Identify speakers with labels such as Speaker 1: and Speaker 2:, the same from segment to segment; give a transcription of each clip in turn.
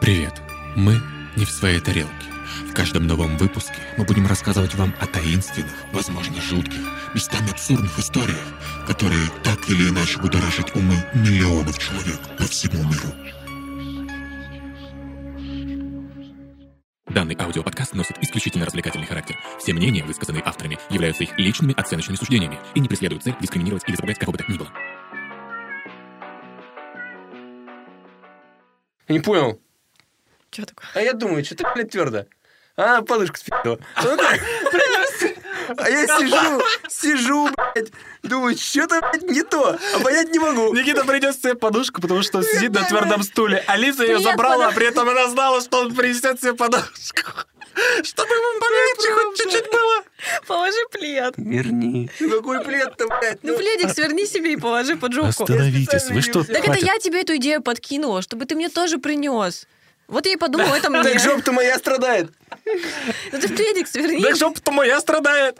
Speaker 1: Привет! Мы не в своей тарелке. В каждом новом выпуске мы будем рассказывать вам о таинственных, возможно, жутких, местами абсурдных историях, которые так или иначе будоражат умы миллионов человек по всему миру. Данный аудиоподкаст носит исключительно развлекательный характер. Все мнения, высказанные авторами, являются их личными оценочными суждениями и не преследуют цель дискриминировать или запугать кого бы то ни было.
Speaker 2: Не понял.
Speaker 3: Чё такое?
Speaker 2: А я думаю, что ты, блядь, твердо. А, подушку спидила. А я сижу, сижу, блядь, думаю, что-то, блядь, не то, а понять не могу.
Speaker 4: Никита принес себе подушку, потому что сидит на твердом стуле. Алиса ее
Speaker 3: Привет,
Speaker 4: забрала, а
Speaker 3: подушка.
Speaker 4: при этом она знала, что он принесет себе подушку. Чтобы ему полегче хоть чуть-чуть было.
Speaker 3: Положи плед.
Speaker 2: Верни. Ну какой плед-то, блядь?
Speaker 3: Ну, пледик сверни себе и положи под жопку.
Speaker 5: Остановитесь, вы что?
Speaker 3: Так это я тебе эту идею подкинула, чтобы ты мне тоже принес. Вот я и подумала, это мне.
Speaker 2: Так жопа-то моя страдает.
Speaker 3: Ну ты пледик сверни.
Speaker 4: Да чтоб то моя страдает.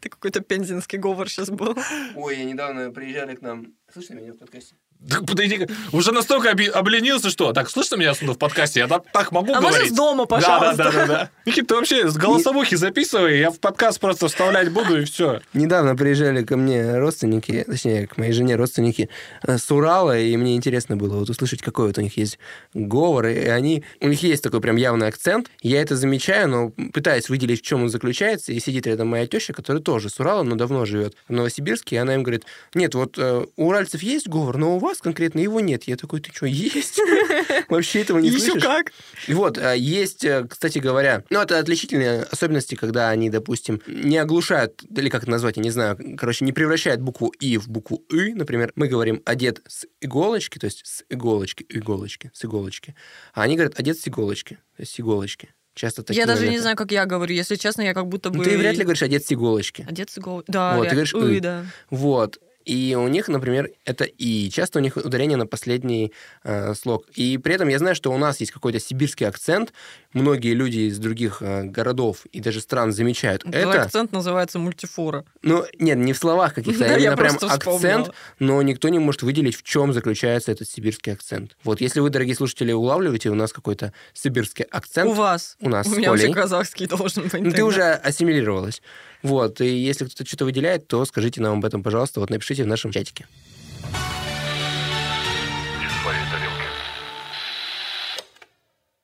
Speaker 3: Ты какой-то пензенский говор сейчас был.
Speaker 2: Ой, я недавно приезжали к нам. Слышно меня в подкасте?
Speaker 4: Так подойди. Уже настолько оби- обленился, что... Так, слышно меня отсюда в подкасте? Я так, так могу
Speaker 3: А можно
Speaker 4: говорить?
Speaker 3: с дома, пожалуйста?
Speaker 4: Да, да, да, да. Никита, ты вообще с голосовухи записывай, я в подкаст просто вставлять буду, и все.
Speaker 2: Недавно приезжали ко мне родственники, точнее, к моей жене родственники э, с Урала, и мне интересно было вот услышать, какой вот у них есть говор, и они... У них есть такой прям явный акцент. Я это замечаю, но пытаюсь выделить, в чем он заключается, и сидит рядом моя теща, которая тоже с Урала, но давно живет в Новосибирске, и она им говорит, нет, вот э, у уральцев есть говор, но у вас конкретно его нет. Я такой, ты что, есть? Вообще этого не
Speaker 3: Еще
Speaker 2: слышишь?
Speaker 3: как.
Speaker 2: И Вот, э, есть, э, кстати говоря, ну, это отличительные особенности, когда они, допустим, не оглушают, или как это назвать, я не знаю, короче, не превращают букву «и» в букву «ы». Например, мы говорим «одет с иголочки», то есть с иголочки, иголочки, с иголочки. А они говорят «одет с иголочки», то есть с иголочки. Часто такие
Speaker 3: Я даже не
Speaker 2: моменты.
Speaker 3: знаю, как я говорю. Если честно, я как будто бы...
Speaker 2: Ну, ты вряд ли говоришь «одет с иголочки».
Speaker 3: Одет с голой. Да,
Speaker 2: Вот, ты
Speaker 3: ре-
Speaker 2: говоришь,
Speaker 3: Ой,
Speaker 2: «ы».
Speaker 3: да.
Speaker 2: Вот. И у них, например, это «и». Часто у них ударение на последний э, слог. И при этом я знаю, что у нас есть какой-то сибирский акцент. Многие люди из других э, городов и даже стран замечают
Speaker 3: Твой
Speaker 2: это.
Speaker 3: акцент называется мультифора.
Speaker 2: Ну, нет, не в словах каких-то, а
Speaker 3: Да, я
Speaker 2: именно прям
Speaker 3: просто вспомнила.
Speaker 2: акцент. Но никто не может выделить, в чем заключается этот сибирский акцент. Вот если вы, дорогие слушатели, улавливаете у нас какой-то сибирский акцент...
Speaker 3: У вас.
Speaker 2: У нас
Speaker 3: У
Speaker 2: с
Speaker 3: меня вообще
Speaker 2: Колей.
Speaker 3: казахский должен быть.
Speaker 2: Ну, ты
Speaker 3: тогда.
Speaker 2: уже ассимилировалась. Вот. И если кто-то что-то выделяет, то скажите нам об этом, пожалуйста. Вот напишите в нашем чатике.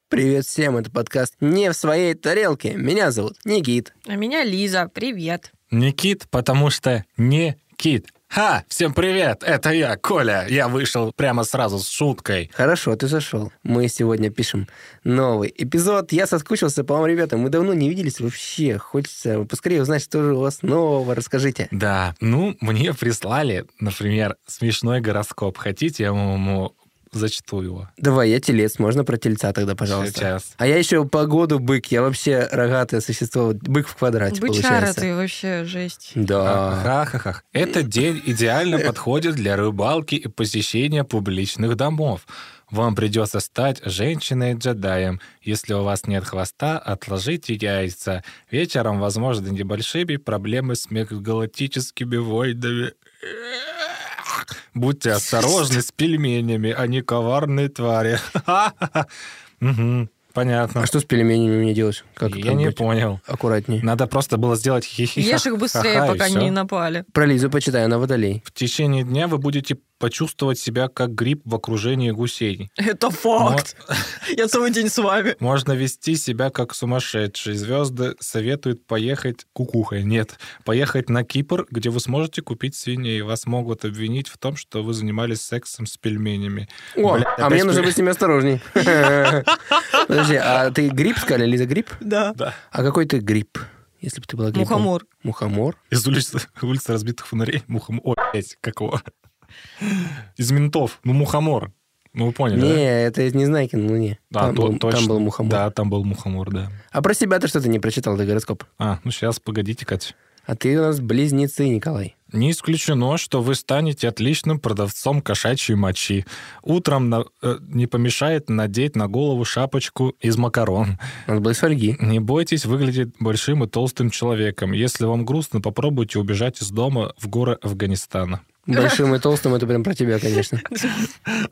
Speaker 2: Привет всем, это подкаст «Не в своей тарелке». Меня зовут Никит.
Speaker 3: А меня Лиза. Привет.
Speaker 4: Никит, потому что не кит. Ха, всем привет, это я, Коля. Я вышел прямо сразу с шуткой.
Speaker 2: Хорошо, ты зашел. Мы сегодня пишем новый эпизод. Я соскучился по вам, ребята. Мы давно не виделись вообще. Хочется поскорее узнать, что же у вас нового. Расскажите.
Speaker 4: Да, ну, мне прислали, например, смешной гороскоп. Хотите, я вам ему зачту его?
Speaker 2: Давай, я телец. Можно про тельца тогда, пожалуйста?
Speaker 4: Сейчас.
Speaker 2: А я еще по году бык. Я вообще рогатое существо. Вот Бык в квадрате
Speaker 3: Бычара
Speaker 2: получается.
Speaker 3: ты вообще, жесть.
Speaker 4: А,
Speaker 2: Да.
Speaker 4: Ха-ха-ха. Этот день идеально подходит для рыбалки и посещения публичных домов. Вам придется стать женщиной-джедаем. Если у вас нет хвоста, отложите яйца. Вечером, возможно, небольшие проблемы с мегалактическими войнами. Будьте осторожны с пельменями, они коварные твари. Мгм, Понятно.
Speaker 2: А что с пельменями мне делать? Как
Speaker 4: Я
Speaker 2: это
Speaker 4: не
Speaker 2: быть?
Speaker 4: понял.
Speaker 2: Аккуратнее.
Speaker 4: Надо просто было сделать хихи
Speaker 3: Ешь их быстрее, пока не напали.
Speaker 2: Про Лизу почитай, она водолей.
Speaker 4: В течение дня вы будете почувствовать себя как гриб в окружении гусей.
Speaker 3: Это факт. Я целый день с вами.
Speaker 4: Можно вести себя как сумасшедший. Звезды советуют поехать кукухой. Нет, поехать на Кипр, где вы сможете купить свиней. Вас могут обвинить в том, что вы занимались сексом с пельменями.
Speaker 2: О,
Speaker 4: Бля,
Speaker 2: а мне
Speaker 4: опять
Speaker 2: нужно
Speaker 4: пель-
Speaker 2: быть с ними осторожней. Подожди, а ты гриб сказали, Лиза, гриб?
Speaker 3: Да.
Speaker 2: А какой ты гриб? Если бы ты была грибом.
Speaker 3: Мухомор.
Speaker 2: Мухомор?
Speaker 4: Из улицы, улицы разбитых фонарей мухом... Ой, блядь, какого? Из ментов. Ну, мухомор. Ну, вы поняли, да?
Speaker 2: Не, это из Незнайкин, ну не.
Speaker 4: Да,
Speaker 2: Там
Speaker 4: то-
Speaker 2: был-
Speaker 4: точно.
Speaker 2: там был мухомор.
Speaker 4: Да, там был мухомор, да.
Speaker 2: А про себя ты что-то не прочитал, ты гороскоп.
Speaker 4: А, ну сейчас, погодите, Кать.
Speaker 2: А ты у нас близнецы, Николай.
Speaker 4: Не исключено, что вы станете отличным продавцом кошачьей мочи. Утром на- э, не помешает надеть на голову шапочку из макарон.
Speaker 2: Надо было из фольги.
Speaker 4: Не бойтесь выглядеть большим и толстым человеком. Если вам грустно, попробуйте убежать из дома в горы Афганистана.
Speaker 2: Большим и толстым это прям про тебя, конечно.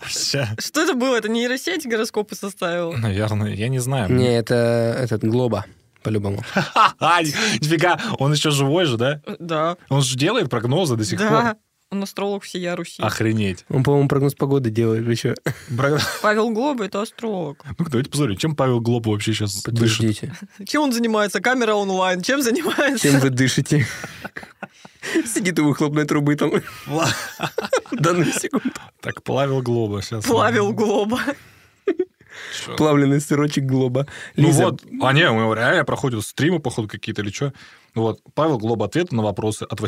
Speaker 4: Ща.
Speaker 3: Что это было? Это нейросеть гороскопы составила?
Speaker 4: Наверное, я не знаю.
Speaker 2: Не, это этот Глоба, по-любому.
Speaker 4: Ха-ха, Нифига, он еще живой же, да?
Speaker 3: Да.
Speaker 4: Он же делает прогнозы до сих
Speaker 3: Да.
Speaker 4: пор.
Speaker 3: Он астролог всея Руси.
Speaker 4: Охренеть.
Speaker 2: Он, по-моему, прогноз погоды делает, вы чё?
Speaker 4: Бра-
Speaker 3: Павел Глоба — это астролог.
Speaker 4: Ну-ка, ну, давайте посмотрим, чем Павел Глоб вообще сейчас дышит.
Speaker 2: Подтвердите.
Speaker 3: Чем он занимается? Камера онлайн. Чем занимается?
Speaker 2: Чем вы дышите? Сидит у выхлопной трубы там
Speaker 4: Ла-
Speaker 2: данную секунду.
Speaker 4: Так, Павел Глоба сейчас.
Speaker 3: Павел Глоба.
Speaker 4: Чё?
Speaker 2: Плавленый сырочек Глоба.
Speaker 4: Ну
Speaker 2: Лиза,
Speaker 4: вот, а не, у него реально проходят стримы, походу, какие-то или что. Ну Вот, Павел Глоб ответы на вопросы от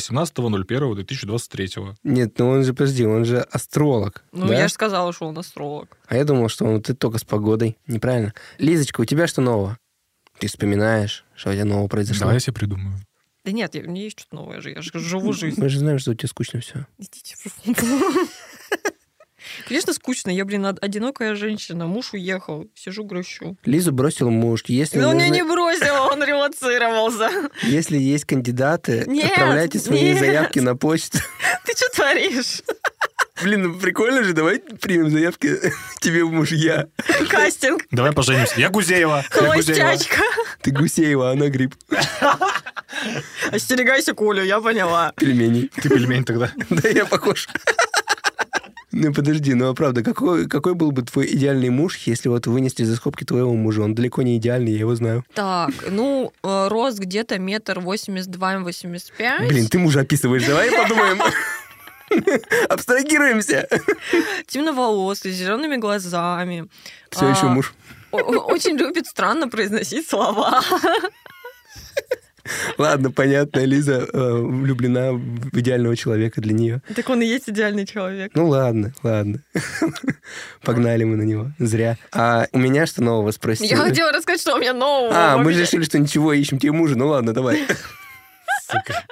Speaker 4: 18.01.2023.
Speaker 2: Нет, ну он же, подожди, он же астролог.
Speaker 3: Ну,
Speaker 2: да?
Speaker 3: я же сказала, что он астролог.
Speaker 2: А я думал, что он ты только с погодой. Неправильно. Лизочка, у тебя что нового? Ты вспоминаешь, что у тебя нового произошло.
Speaker 4: Давай я себе придумаю.
Speaker 3: Да нет, я- у меня есть что-то новое же. Я же живу жизнь.
Speaker 2: Мы же знаем, что у тебя скучно все.
Speaker 3: Идите в жопу. Конечно, скучно. Я, блин, од- одинокая женщина. Муж уехал. Сижу, грущу.
Speaker 2: Лизу бросил муж. Если,
Speaker 3: Но он
Speaker 2: не
Speaker 3: Ну, меня
Speaker 2: зна-
Speaker 3: не бросил, он релацировался.
Speaker 2: если есть кандидаты,
Speaker 3: Нет,
Speaker 2: отправляйте свои
Speaker 3: нет.
Speaker 2: заявки на почту.
Speaker 3: Ты что творишь?
Speaker 2: Блин, ну прикольно же, давай примем заявки тебе в мужья.
Speaker 3: Кастинг.
Speaker 4: Давай поженимся. Я Гузеева. Я Гузеева.
Speaker 3: Холостячка.
Speaker 2: Ты Гусеева, а она гриб.
Speaker 3: Остерегайся, Колю, я поняла.
Speaker 2: Пельмени.
Speaker 4: Ты пельмень тогда.
Speaker 2: Да я похож. Ну подожди, ну а правда, какой, какой был бы твой идеальный муж, если вот вынести за скобки твоего мужа? Он далеко не идеальный, я его знаю.
Speaker 3: Так, ну, э, рост где-то метр восемьдесят два, восемьдесят пять.
Speaker 2: Блин, ты мужа описываешь, давай подумаем. Абстрагируемся.
Speaker 3: Темноволосый, с зелеными глазами.
Speaker 2: Все еще
Speaker 3: А,
Speaker 2: муж.
Speaker 3: о- о- Очень любит странно произносить слова.
Speaker 2: Ладно, понятно, Лиза э, влюблена в идеального человека для нее.
Speaker 3: Так он и есть идеальный человек.
Speaker 2: Ну ладно, ладно. Погнали мы на него. Зря. А у меня что нового спросили?
Speaker 3: Я хотела рассказать, что у меня нового.
Speaker 2: А, мы
Speaker 3: вообще.
Speaker 2: решили, что ничего, ищем тебе мужа. Ну ладно, давай.
Speaker 4: Сука.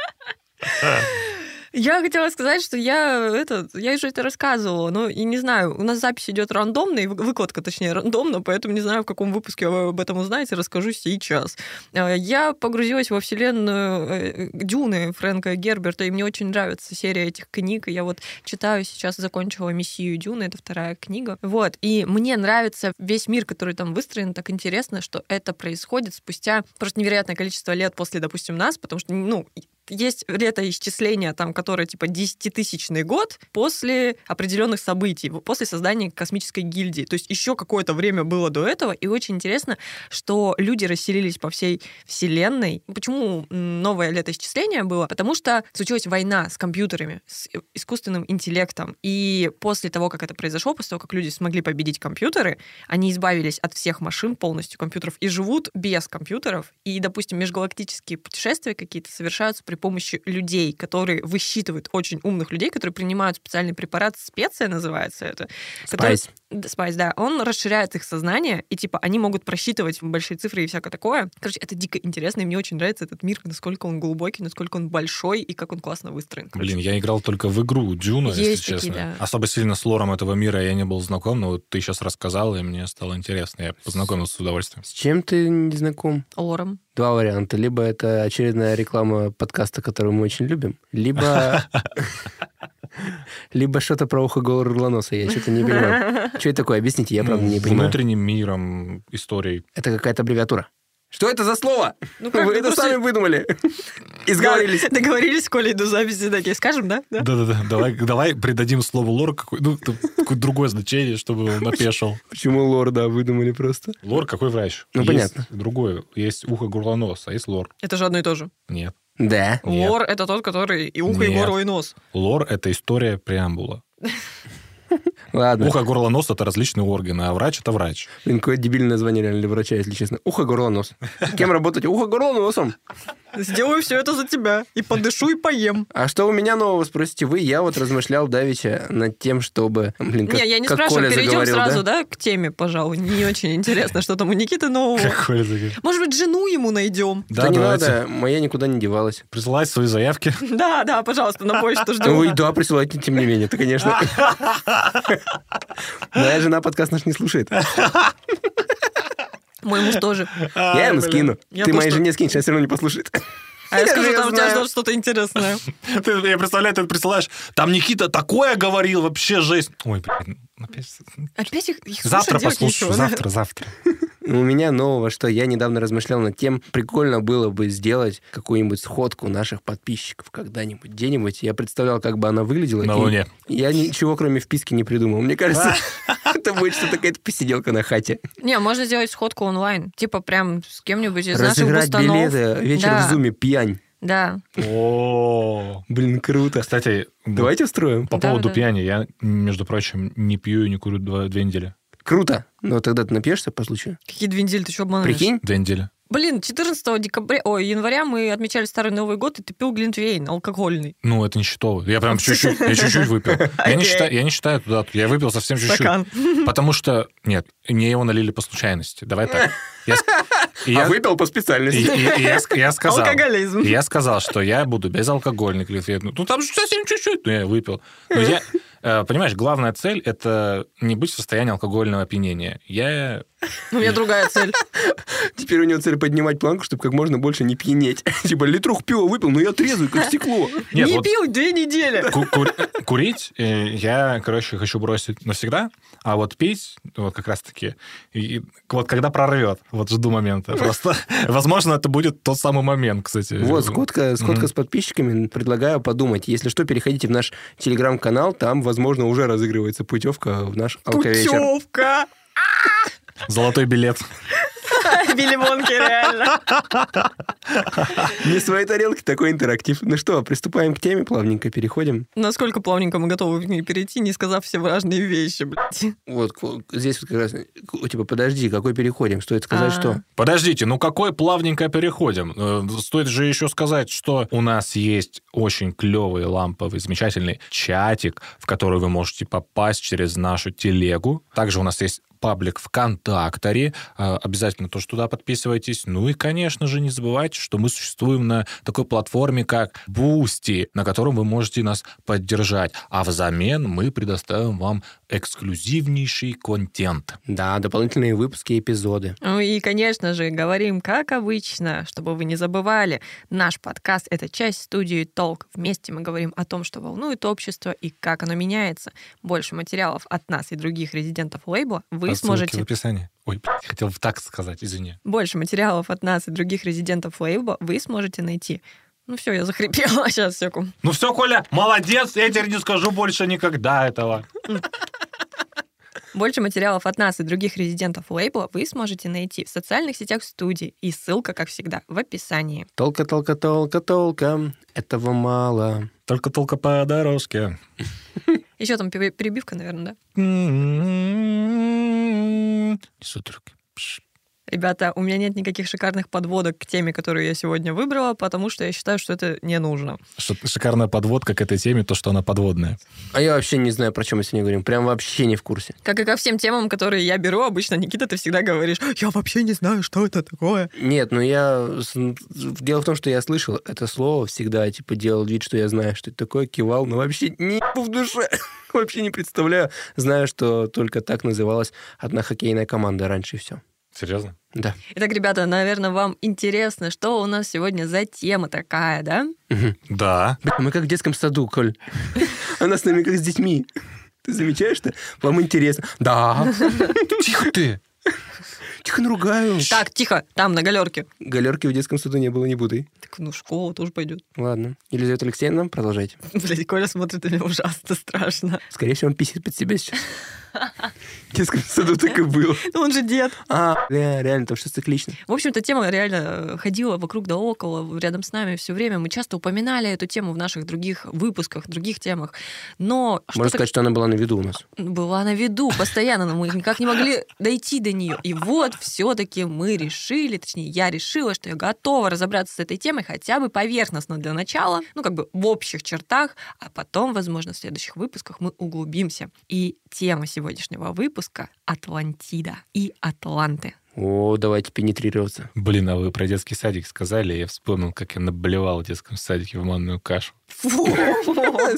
Speaker 3: Я хотела сказать, что я это, я уже это рассказывала, но и не знаю, у нас запись идет рандомно, и вы- выкладка, точнее, рандомно, поэтому не знаю, в каком выпуске вы об этом узнаете, расскажу сейчас. Э, Я погрузилась во вселенную э, Дюны Фрэнка Герберта, и мне очень нравится серия этих книг, и я вот читаю сейчас, закончила «Миссию Дюны», это вторая книга, вот, и мне нравится весь мир, который там выстроен, так интересно, что это происходит спустя просто невероятное количество лет после, допустим, нас, потому что, ну, есть летоисчисление, там, которое типа 10-тысячный год после определенных событий, в- после создания космической гильдии. То есть еще какое-то время было до этого, и очень интересно, что люди расселились по всей Вселенной. Почему м, новое летоисчисление было? Потому что случилась война с компьютерами, с э, искусственным интеллектом. И после того, как это произошло, после того, как люди смогли победить компьютеры, они избавились от всех машин полностью компьютеров и живут без компьютеров. И, допустим, межгалактические путешествия какие-то совершаются при помощи людей, которые высчитывают очень умных людей, которые принимают специальный препарат, специя называется это. который-
Speaker 2: Спайс.
Speaker 3: Д- Спайс, да. Он расширяет их сознание, и типа они могут просчитывать большие цифры и всякое такое. Короче, это дико интересно, и мне очень нравится этот мир, насколько он глубокий, насколько он большой, и как он классно выстроен. короче.
Speaker 4: Блин, я играл только в игру Дюна, если
Speaker 3: Есть такие,
Speaker 4: честно.
Speaker 3: да.
Speaker 4: Особо сильно с лором этого мира я не был знаком, но вот ты сейчас рассказал, и мне стало интересно. Я познакомился с удовольствием.
Speaker 2: С чем ты не знаком?
Speaker 3: Лором.
Speaker 2: Два варианта. Либо это очередная реклама подкаста, который мы очень любим, либо... Либо что-то про ухо голого Орлоноса. Я что-то не понимаю. Что это такое? Объясните, я правда
Speaker 4: Ну,
Speaker 2: не понимаю.
Speaker 4: Внутренним миром историей.
Speaker 2: Это какая-то аббревиатура. Что это за слово?
Speaker 3: Ну как,
Speaker 2: Вы
Speaker 3: ну,
Speaker 2: это
Speaker 3: просто-
Speaker 2: сами выдумали. Изговорились.
Speaker 3: Договорились, Коля, и до записи такие. Скажем, да? Да.
Speaker 4: Да-да-да, давай, давай придадим слову лор какой, ну, т- какое-то другое значение, чтобы он напешил.
Speaker 2: Почему лорда выдумали просто?
Speaker 4: Лор какой врач?
Speaker 2: Ну,
Speaker 4: Есть
Speaker 2: понятно.
Speaker 4: Другое. Есть ухо горлонос, а есть лор.
Speaker 3: Это же одно и то же.
Speaker 4: Нет.
Speaker 2: Да.
Speaker 4: Нет.
Speaker 3: Лор — это тот, который и ухо, и
Speaker 4: Нет.
Speaker 3: горло, и нос.
Speaker 4: Лор — это история преамбула.
Speaker 2: Ладно.
Speaker 4: Ухо, горло, нос — это различные органы, а врач — это врач.
Speaker 2: Блин, какое дебильное название реально для врача, если честно. Ухо, горло, нос. Кем работать? Ухо, горло, носом.
Speaker 3: Сделаю все это за тебя. И подышу, и поем.
Speaker 2: А что у меня нового, спросите вы? Я вот размышлял давеча над тем, чтобы... Блин, как,
Speaker 3: не, я не
Speaker 2: как
Speaker 3: спрашиваю,
Speaker 2: Коля
Speaker 3: перейдем
Speaker 2: заговорил,
Speaker 3: сразу, да? к теме, пожалуй. Не очень интересно, что там у Никиты нового.
Speaker 4: Какой это-
Speaker 3: Может быть, жену ему найдем?
Speaker 2: Да,
Speaker 4: Да,
Speaker 2: не
Speaker 4: давайте.
Speaker 2: надо, моя никуда не девалась.
Speaker 4: Присылать свои заявки.
Speaker 3: Да, да, пожалуйста, на почту
Speaker 2: Ну, вы,
Speaker 3: ждем.
Speaker 2: да, присылайте, тем не менее, ты, конечно. Моя жена подкаст наш не слушает.
Speaker 3: Мой муж тоже.
Speaker 2: Я ему скину.
Speaker 3: Я
Speaker 2: Ты моей
Speaker 3: просто-
Speaker 4: А,
Speaker 2: жене скинешь, она все равно не послушает.
Speaker 3: А я скажу,
Speaker 2: же
Speaker 3: там у тебя
Speaker 2: знаю.
Speaker 3: ждет что-то интересное.
Speaker 4: Ты, я представляю, ты присылаешь, там Никита такое говорил, вообще жесть. Ой, блин, опять...
Speaker 3: Опять их, их
Speaker 4: Завтра
Speaker 3: слушать, девки,
Speaker 4: послушаю,
Speaker 3: ничего, да?
Speaker 4: завтра, завтра.
Speaker 2: У меня нового, что я недавно размышлял над тем, прикольно было бы сделать какую-нибудь сходку наших подписчиков когда-нибудь, где-нибудь. Я представлял, как бы она выглядела.
Speaker 4: На
Speaker 2: и
Speaker 4: Луне.
Speaker 2: Я ничего, кроме вписки, не придумал. Мне кажется, это будет что-то какая-то посиделка на хате.
Speaker 3: Не, можно сделать сходку онлайн. Типа прям с кем-нибудь из
Speaker 2: Разыграть
Speaker 3: наших установ.
Speaker 2: билеты, вечер
Speaker 3: Да.
Speaker 2: в зуме, пьянь.
Speaker 3: Да.
Speaker 4: О,
Speaker 2: Блин, круто.
Speaker 4: Кстати,
Speaker 2: Давайте устроим.
Speaker 4: по
Speaker 3: Да,
Speaker 4: поводу
Speaker 3: да.
Speaker 4: пьяни, я, между прочим, не пью и не курю два- две недели.
Speaker 2: Круто. Но тогда ты напьешься по случаю.
Speaker 3: Какие две недели, ты что обманываешь?
Speaker 2: Прикинь?
Speaker 4: Две недели.
Speaker 3: Блин, 14 декабря, ой, января мы отмечали Старый Новый год, и ты пил глинтвейн алкогольный.
Speaker 4: Ну, это не считал. Я прям чуть-чуть, я чуть-чуть выпил. Я не считаю, я не считаю туда, я выпил совсем чуть-чуть.
Speaker 3: Стакан.
Speaker 4: Потому что, нет, мне его налили по случайности. Давай так. Я, с-
Speaker 2: А
Speaker 4: и я-
Speaker 2: выпил по
Speaker 4: и-
Speaker 2: специальности.
Speaker 4: и- и я с- я сказал,
Speaker 3: Алкоголизм.
Speaker 4: и я сказал, что я буду безалкогольный глинтвейн. Ну, там же совсем чуть-чуть, но я выпил. Но я, э, понимаешь, главная цель – это не быть в состоянии алкогольного опьянения. Я
Speaker 3: У меня другая цель.
Speaker 2: Теперь у него цель поднимать планку, чтобы как можно больше не пьянеть. Типа литрух пива выпил, но я трезвый, как стекло.
Speaker 4: Нет,
Speaker 3: Не
Speaker 4: вот-
Speaker 3: пил две недели.
Speaker 4: Ку- кур- Курить э, я, короче, хочу бросить навсегда, а вот пить, вот как раз-таки, и- и вот когда прорвет, вот жду момента. Просто, возможно, это будет тот самый момент, кстати.
Speaker 2: Вот, сходка, сходка
Speaker 4: Мгм.
Speaker 2: с подписчиками. Предлагаю подумать. Если что, переходите в наш телеграм-канал. Там, возможно, уже разыгрывается путевка в наш алковечер.
Speaker 3: Путевка.
Speaker 4: Золотой билет.
Speaker 3: Билли Вонки, реально.
Speaker 2: Не своей тарелки, такой интерактив. Ну что, приступаем к теме, плавненько переходим.
Speaker 3: Насколько плавненько мы готовы к ней перейти, не сказав все важные вещи, блядь.
Speaker 2: Вот, к- здесь вот как раз... к- Типа, подожди, какой переходим? Стоит сказать,
Speaker 3: А.
Speaker 2: что...
Speaker 4: Подождите, ну какой плавненько переходим? Э, Стоит же еще сказать, что у нас есть очень клевый, ламповый, замечательный чатик, в который вы можете попасть через нашу телегу. Также у нас есть паблик ВКонтакторе. Э, Обязательно тоже туда подписывайтесь. Ну и, конечно же, не забывайте, что мы существуем на такой платформе, как Boosty, на котором вы можете нас поддержать. А взамен мы предоставим вам эксклюзивнейший контент.
Speaker 2: Да, дополнительные выпуски, эпизоды.
Speaker 3: Ну и, конечно же, говорим, как обычно, чтобы вы не забывали, наш подкаст — это часть студии «Толк». Вместе мы говорим о том, что волнует общество и как оно меняется. Больше материалов от нас и других резидентов лейбла вы
Speaker 4: По ссылке
Speaker 3: сможете...
Speaker 4: в описании. Ой, блядь, хотел так сказать, извини.
Speaker 3: Больше материалов от нас и других резидентов лейбла вы сможете найти. Ну все, я захрипела, сейчас, секунду.
Speaker 4: Ну все, Коля, молодец, я теперь не скажу больше никогда этого.
Speaker 3: Больше материалов от нас и других резидентов лейбла вы сможете найти в социальных сетях студии. И ссылка, как всегда, в описании.
Speaker 2: Толка, толка, толка, толка. Этого мало.
Speaker 4: Только толка по дорожке.
Speaker 3: Еще там пере- перебивка, наверное, да?
Speaker 4: Несу трюки. Пш.
Speaker 3: Ребята, у меня нет никаких шикарных подводок к теме, которую я сегодня выбрала, потому что я считаю, что это не нужно.
Speaker 4: Что- Шикарная подводка к этой теме, то, что она подводная.
Speaker 2: А я вообще не знаю, про чем мы сегодня говорим. Прям вообще не в курсе.
Speaker 3: Как и ко всем темам, которые я беру, обычно, Никита, ты всегда говоришь, я вообще не знаю, что это такое.
Speaker 2: Нет, ну я... с- Дело в том, что я слышал это слово всегда, типа, делал вид, что я знаю, что это такое, кивал, но вообще не в душе. Вообще не представляю. Знаю, что только так называлась одна хоккейная команда раньше, и все.
Speaker 4: Серьезно?
Speaker 2: Да.
Speaker 3: Итак, ребята, наверное, вам интересно, что у нас сегодня за тема такая, да?
Speaker 2: Мгм.
Speaker 4: Да.
Speaker 2: Блин, мы как в детском саду, Коль. Она с нами как с детьми. Ты замечаешь-то? Вам интересно. Да.
Speaker 4: Тихо ты.
Speaker 2: Тихо наругаю.
Speaker 3: Так, тихо, там, на галерке.
Speaker 2: Галерки в детском саду не было, не буду.
Speaker 3: Так, ну, школа тоже пойдет.
Speaker 2: Ладно. Елизавета Алексеевна, продолжайте.
Speaker 3: Блядь, Коля смотрит на меня ужасно страшно.
Speaker 2: Скорее всего, он писит под себя сейчас. В детском саду так и было.
Speaker 3: Ну, Он же дед.
Speaker 2: А, бля, реально, там все циклично.
Speaker 3: В общем-то, тема реально э, ходила вокруг да около, рядом с нами все время. Мы часто упоминали эту тему в наших других выпусках, других темах. Но
Speaker 2: Можно
Speaker 3: что-то
Speaker 2: сказать, что она была на виду у нас.
Speaker 3: была на виду постоянно, но мы никак не могли дойти до нее. И вот все-таки мы решили, точнее, я решила, что я готова разобраться с этой темой хотя бы поверхностно для начала, ну, как бы в общих чертах, а потом, возможно, в следующих выпусках мы углубимся. И тема сегодняшнего выпуска — Атлантида и Атланты.
Speaker 2: О, давайте пенетрироваться.
Speaker 4: Блин, а вы про детский садик сказали, я вспомнил, как я наблевал в детском садике в манную кашу.
Speaker 2: Фу,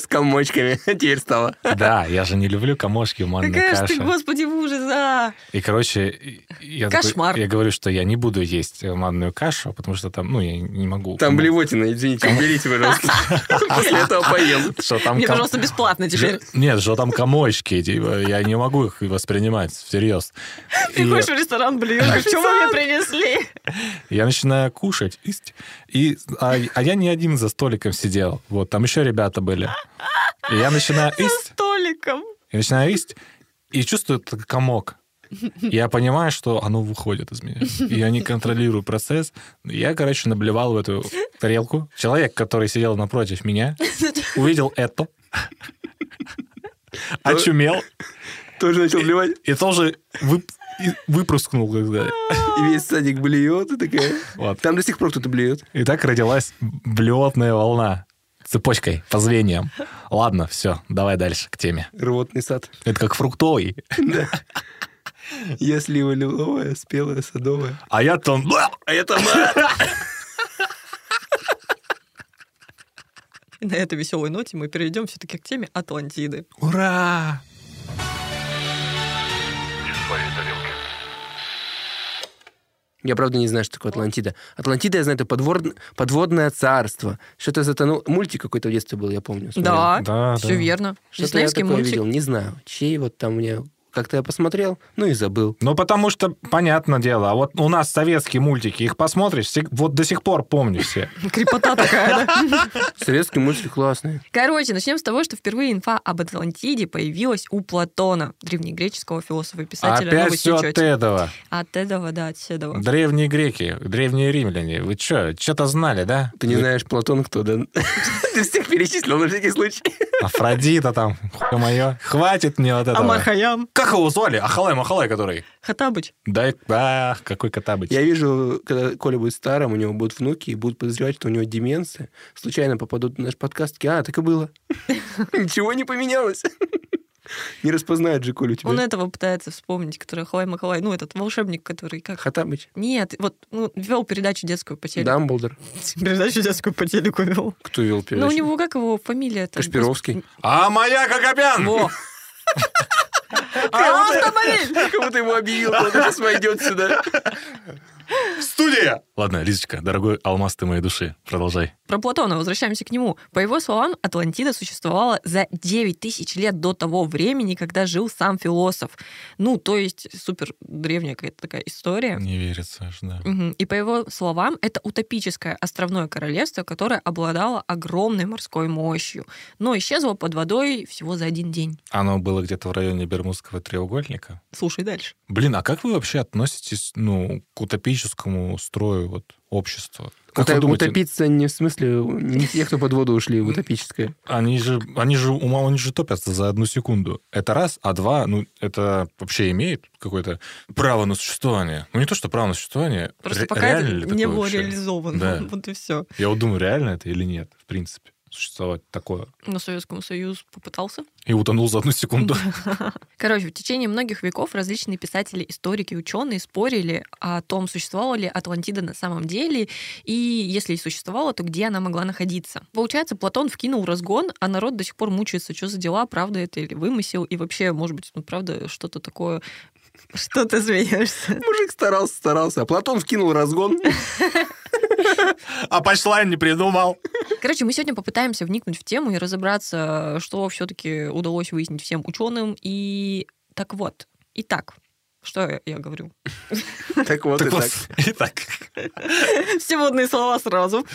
Speaker 2: с комочками теперь стало.
Speaker 4: Да, я же не люблю комошки в манной
Speaker 3: Какая ж ты,
Speaker 4: каше.
Speaker 3: господи, ужас, а!
Speaker 4: И, короче, и- я, такой-
Speaker 3: Кошмар.
Speaker 4: я говорю, что я не буду есть манную кашу, потому что там, ну, я не могу.
Speaker 2: Там
Speaker 4: Ну,
Speaker 2: блевотина, извините, уберите, пожалуйста. После этого поем.
Speaker 4: Что там
Speaker 3: Мне,
Speaker 4: ком-
Speaker 3: пожалуйста, бесплатно теперь.
Speaker 4: Жо- Нет, что там комочки, типа, я не могу их воспринимать всерьез. И
Speaker 3: Приходишь в ресторан, блин, что вы мне принесли?
Speaker 4: я начинаю кушать, исть, и, а, а я не один за столиком сидел, вот, там еще ребята были. И я начинаю исть,
Speaker 3: Столиком.
Speaker 4: и начинаю есть, и чувствую этот комок. Я понимаю, что оно выходит из меня. И Я не контролирую процесс. Я, короче, наблевал в эту тарелку. Человек, который сидел напротив меня, увидел это, очумел
Speaker 2: Тоже начал блевать.
Speaker 4: и тоже вып- и выпрыскнул. как бы.
Speaker 2: И весь садик блюет, и такая.
Speaker 4: Вот.
Speaker 2: Там до сих пор кто-то блюет.
Speaker 4: И так родилась блевотная волна цепочкой, по звеньям. Ладно, все, давай дальше к теме.
Speaker 2: Рвотный сад.
Speaker 4: Это как фруктовый.
Speaker 2: Я слива лиловая, спелая, садовая.
Speaker 4: А я там...
Speaker 2: А это мат!
Speaker 3: И на этой веселой ноте мы перейдем все-таки к теме Атлантиды.
Speaker 4: Ура!
Speaker 2: Я правда не знаю, что такое Атлантида. Атлантида, я знаю, это подвор- подводное царство. Что-то затонул. Мультик какой-то в детстве был, я помню. смотрел.
Speaker 3: Да,
Speaker 4: Да,
Speaker 3: все
Speaker 4: да.
Speaker 3: верно.
Speaker 2: Что-то я
Speaker 3: Диснеевский
Speaker 2: такое
Speaker 3: мультик.
Speaker 2: видел, не знаю. Чей вот там мне... Как-то я посмотрел, ну и забыл.
Speaker 4: Ну, потому что, понятное дело, а вот у нас советские мультики, их посмотришь, всег- вот до сих пор помню все.
Speaker 3: Крепота такая, да?
Speaker 2: Советский мультик классный.
Speaker 3: Короче, начнем с того, что впервые инфа об Атлантиде появилась у Платона, древнегреческого философа и писателя.
Speaker 4: Опять
Speaker 3: Ну, вы
Speaker 4: все от э-
Speaker 3: сечёте.
Speaker 4: этого.
Speaker 3: От этого, да, от седого.
Speaker 4: Древние греки, древние римляне, вы что, что-то знали, да?
Speaker 2: Ты не знаешь, Платон кто, да? Ты всех перечислил на всякий случай.
Speaker 4: Афродита там, хуй мое. Хватит мне вот этого.
Speaker 3: Амар Хайям,
Speaker 4: Как его звали? Ахалай Махалай, который?
Speaker 3: Хатабыч.
Speaker 4: Да, ах, какой Котабыч.
Speaker 2: Я вижу, когда Коля будет старым, у него будут внуки, и будут подозревать, что у него деменция. Случайно попадут на наш подкаст, такие, а, так и было. Ничего не поменялось. Не распознает же Коля
Speaker 3: Он
Speaker 2: тебя.
Speaker 3: этого пытается вспомнить, который Халай Махалай, ну, этот волшебник, который как...
Speaker 2: Хатабыч.
Speaker 3: Нет, вот ну, вел передачу детскую по телеку.
Speaker 2: Дамблдор.
Speaker 3: Передачу детскую по телеку вел.
Speaker 2: Кто вел
Speaker 3: Ну, у него как его фамилия-то?
Speaker 2: Кашпировский.
Speaker 4: А моя Кокопян!
Speaker 3: Во! А, автомобиль!
Speaker 2: Как будто ему объявил, он сейчас войдет сюда.
Speaker 4: Студия! Ладно, Лизочка, дорогой алмаз ты моей души, продолжай.
Speaker 3: Про Платона, возвращаемся к нему. По его словам, Атлантида существовала за 9 тысяч лет до того времени, когда жил сам философ. Ну, то есть супер древняя какая-то такая история.
Speaker 4: Не верится, аж, да.
Speaker 3: Мгм. И по его словам, это утопическое островное королевство, которое обладало огромной морской мощью, но исчезло под водой всего за один день.
Speaker 4: Оно было где-то в районе Бермудского треугольника.
Speaker 3: Слушай дальше.
Speaker 4: Блин, а как вы вообще относитесь, ну, к утопическому строю вот, общества? Как вы
Speaker 2: Уто-
Speaker 4: думаете,
Speaker 2: Утопиться не в смысле не те, кто под воду ушли в утопическое.
Speaker 4: они же, они же, ума- они же топятся за одну секунду. Это раз, а два, ну, это вообще имеет какое-то право на существование. Ну, не то, что право на существование,
Speaker 3: Просто
Speaker 4: ре-
Speaker 3: пока
Speaker 4: реально
Speaker 3: это
Speaker 4: ли
Speaker 3: не
Speaker 4: такое
Speaker 3: было
Speaker 4: вообще?
Speaker 3: реализовано.
Speaker 4: Да.
Speaker 3: Вот и все.
Speaker 4: Я вот думаю, реально это или нет, в принципе, существовать такое.
Speaker 3: Но Советскому Союзу попытался.
Speaker 4: И утонул за одну секунду.
Speaker 3: Короче, в течение многих веков различные писатели, историки, ученые спорили о том, существовала ли Атлантида на самом деле, и если и существовала, то где она могла находиться. Получается, Платон вкинул разгон, а народ до сих пор мучается, что за дела, правда это или вымысел, и вообще, может быть, ну правда что-то такое... Что ты смеешься?
Speaker 2: Мужик старался, старался, а Платон вкинул разгон.
Speaker 4: А пачлайн не придумал.
Speaker 3: Короче, мы сегодня попытаемся вникнуть в тему и разобраться, что все-таки удалось выяснить всем ученым. И так вот, итак, что я- я говорю?
Speaker 2: Так вот и
Speaker 4: Так вот,
Speaker 2: так.
Speaker 4: и так.
Speaker 3: Все водные слова сразу.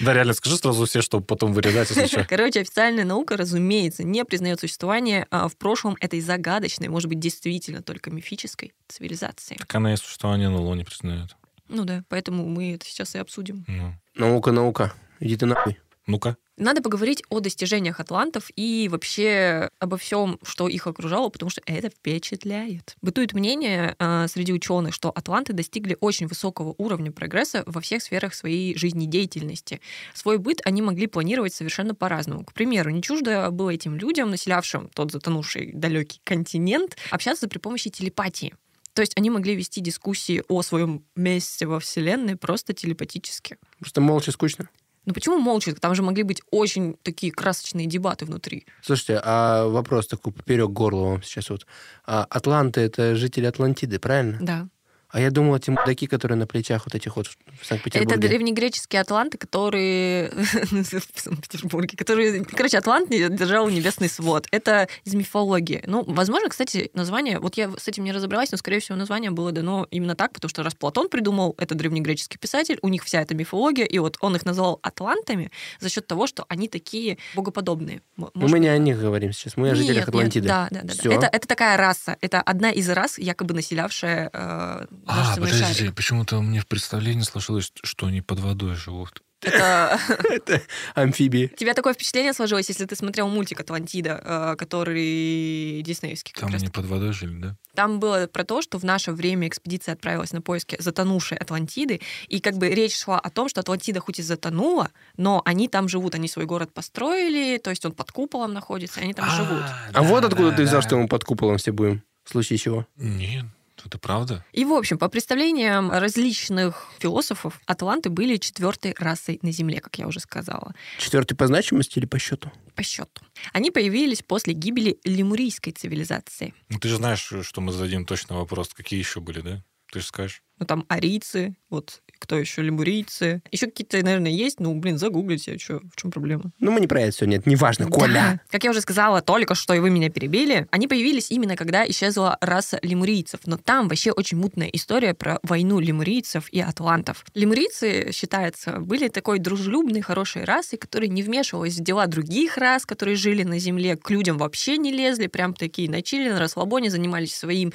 Speaker 4: Да, реально, скажи сразу все, чтобы потом вырезать, если что.
Speaker 3: Короче, официальная наука, разумеется, не признает существование а, в прошлом этой загадочной, может быть, действительно только мифической цивилизации.
Speaker 4: Так она и существование на Луне признает.
Speaker 3: Ну да, поэтому мы это сейчас и обсудим.
Speaker 4: Ну.
Speaker 2: Наука, наука. Иди ты нахуй.
Speaker 4: Ну-ка.
Speaker 3: Надо поговорить о достижениях атлантов и вообще обо всем, что их окружало, потому что это впечатляет. Бытует мнение а, среди ученых, что атланты достигли очень высокого уровня прогресса во всех сферах своей жизнедеятельности. Свой быт они могли планировать совершенно по-разному. К примеру, не чуждо было этим людям, населявшим тот затонувший далекий континент, общаться при помощи телепатии. То есть они могли вести дискуссии о своем месте во Вселенной просто телепатически.
Speaker 2: Просто молча скучно.
Speaker 3: Ну почему молчат? Там же могли быть очень такие красочные дебаты внутри.
Speaker 2: Слушайте, а вопрос такой поперек горла вам сейчас вот. А Атланты — это жители Атлантиды, правильно?
Speaker 3: Да.
Speaker 2: А я думал, эти мудаки, которые на плечах вот этих вот в Санкт-Петербурге.
Speaker 3: Это древнегреческие атланты, которые... в Санкт-Петербурге. Которые... Короче, атлант не- держал небесный свод. Это из мифологии. Ну, возможно, кстати, название... Вот я с этим не разобралась, но, скорее всего, название было дано именно так, потому что раз Платон придумал, это древнегреческий писатель, у них вся эта мифология, и вот он их назвал атлантами за счет того, что они такие богоподобные. М-
Speaker 2: Ну,
Speaker 3: может
Speaker 2: мы не о них говорим сейчас, мы о
Speaker 3: Нет,
Speaker 2: жителях
Speaker 3: нет,
Speaker 2: Атлантиды.
Speaker 3: да, да, да. да.
Speaker 2: Всё.
Speaker 3: Это, это такая раса. Это одна из рас, якобы населявшая э, наш
Speaker 4: А,
Speaker 3: земной
Speaker 4: подожди,
Speaker 3: шарик.
Speaker 4: почему-то мне в представлении сложилось, что они под водой живут.
Speaker 3: Это-
Speaker 2: Амфибии.
Speaker 3: У тебя такое впечатление сложилось, если ты смотрел мультик «Атлантида», э, который диснеевский как
Speaker 4: Там
Speaker 3: раз.
Speaker 4: они под водой жили, да?
Speaker 3: Там было про то, что в наше время экспедиция отправилась на поиски затонувшей Атлантиды, и как бы речь шла о том, что Атлантида хоть и затонула, но они там живут, они свой город построили, то есть он под куполом находится, и они там живут.
Speaker 2: А вот откуда ты взял, что мы под куполом все будем? В случае чего?
Speaker 4: Нет, это правда.
Speaker 3: И, в общем, по представлениям различных философов, атланты были четвертой расой на Земле, как я уже сказала,
Speaker 2: Четвертый по значимости или по счету?
Speaker 3: по счету. Они появились после гибели лемурийской цивилизации.
Speaker 4: Ну, ты же знаешь, что мы зададим точно вопрос, какие еще были, да? Ты же скажешь.
Speaker 3: Ну, там арийцы, вот кто еще, лемурийцы. Еще какие-то, наверное, есть. Ну, блин, загуглите, а чё, в чем проблема?
Speaker 2: Ну, мы не про это сегодня, это неважно, Коля.
Speaker 3: Да. Как я уже сказала, только что и вы меня перебили. Они появились именно когда исчезла раса лемурийцев. Но там вообще очень мутная история про войну лемурийцев и атлантов. Лемурийцы, считается, были такой дружелюбной, хорошей расой, которая не вмешивалась в дела других рас, которые жили на земле, к людям вообще не лезли, прям такие на чили, на расслабоне, занимались своим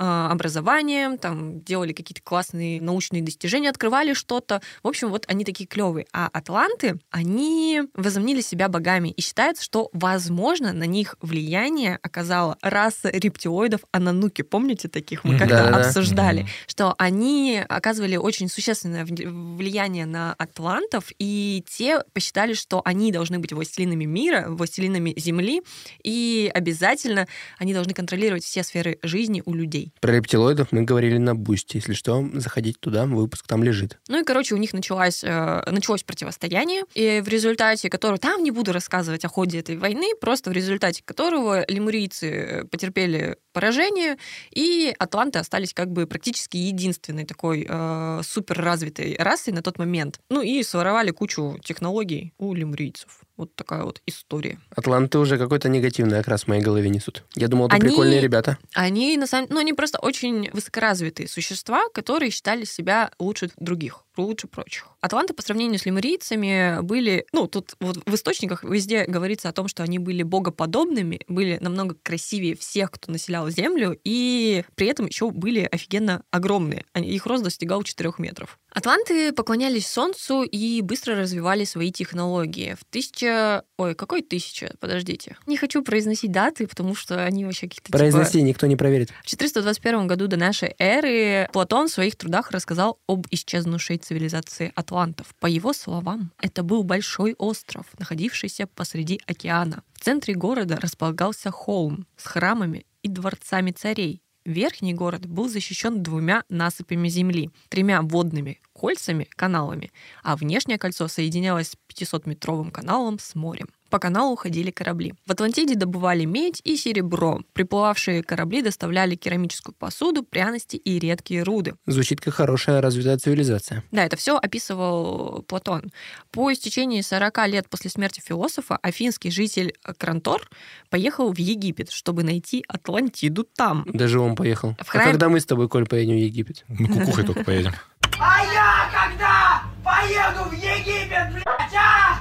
Speaker 3: э, образованием, там делали какие-то классные научные достижения, открывали что-то. В общем, вот они такие клевые. А атланты, они возомнили себя богами. И считается, что, возможно, на них влияние оказала раса рептилоидов анануки. Помните таких? Мы
Speaker 4: Мгм.
Speaker 3: когда
Speaker 2: Да-да-да.
Speaker 3: обсуждали
Speaker 4: Мгм.
Speaker 3: что они оказывали очень существенное вн- влияние на атлантов, и те посчитали, что они должны быть властелинами мира, властелинами земли, и обязательно они должны контролировать все сферы жизни у людей.
Speaker 2: Про рептилоидов мы говорили на Бусти. Если что, заходите туда, выпуск там лежит.
Speaker 3: Ну и, короче, у них началось, э, началось противостояние, и в результате которого, там не буду рассказывать о ходе этой войны, просто в результате которого лемурийцы э, потерпели поражение, и атланты остались как бы практически единственной такой э, суперразвитой расой на тот момент. Ну и своровали кучу технологий у лемурийцев. Вот такая вот история.
Speaker 2: Атланты уже какой-то негативный окрас в моей голове несут. Я думал, это
Speaker 3: Они-
Speaker 2: прикольные ребята.
Speaker 3: Они на самом ну, они просто очень высокоразвитые существа, которые считали себя лучше других, лучше прочих. Атланты по сравнению с лемурийцами были, ну, тут вот в источниках везде говорится о том, что они были богоподобными, были намного красивее всех, кто населял Землю, и при этом еще были офигенно огромные. Они- Их рост достигал 4 метров. Атланты поклонялись Солнцу и быстро развивали свои технологии. В тысяча... Ой, какой тысяча? Подождите. Не хочу произносить даты, потому что они вообще какие-то... типа,
Speaker 2: Произноси, никто не проверит.
Speaker 3: в 421 году до нашей эры Платон в своих трудах рассказал об исчезнувшей цивилизации атлантов. По его словам, это был большой остров, находившийся посреди океана. В центре города располагался холм с храмами и дворцами царей. Верхний город был защищен двумя насыпями земли, тремя водными кольцами, каналами, а внешнее кольцо соединялось с 500-метровым каналом с морем. По каналу ходили корабли. В Атлантиде добывали медь и серебро. Приплывавшие корабли доставляли керамическую посуду, пряности и редкие руды.
Speaker 2: Звучит как хорошая развитая цивилизация.
Speaker 3: Да, это все описывал Платон. По истечении 40 лет после смерти философа афинский житель Крантор поехал в Египет, чтобы найти Атлантиду там.
Speaker 2: Даже он поехал.
Speaker 3: В
Speaker 2: А
Speaker 3: храм-
Speaker 2: когда мы с тобой, Коль, поедем в Египет?
Speaker 4: Мы кукухой только поедем.
Speaker 5: А я когда поеду в Египет, блядь, а?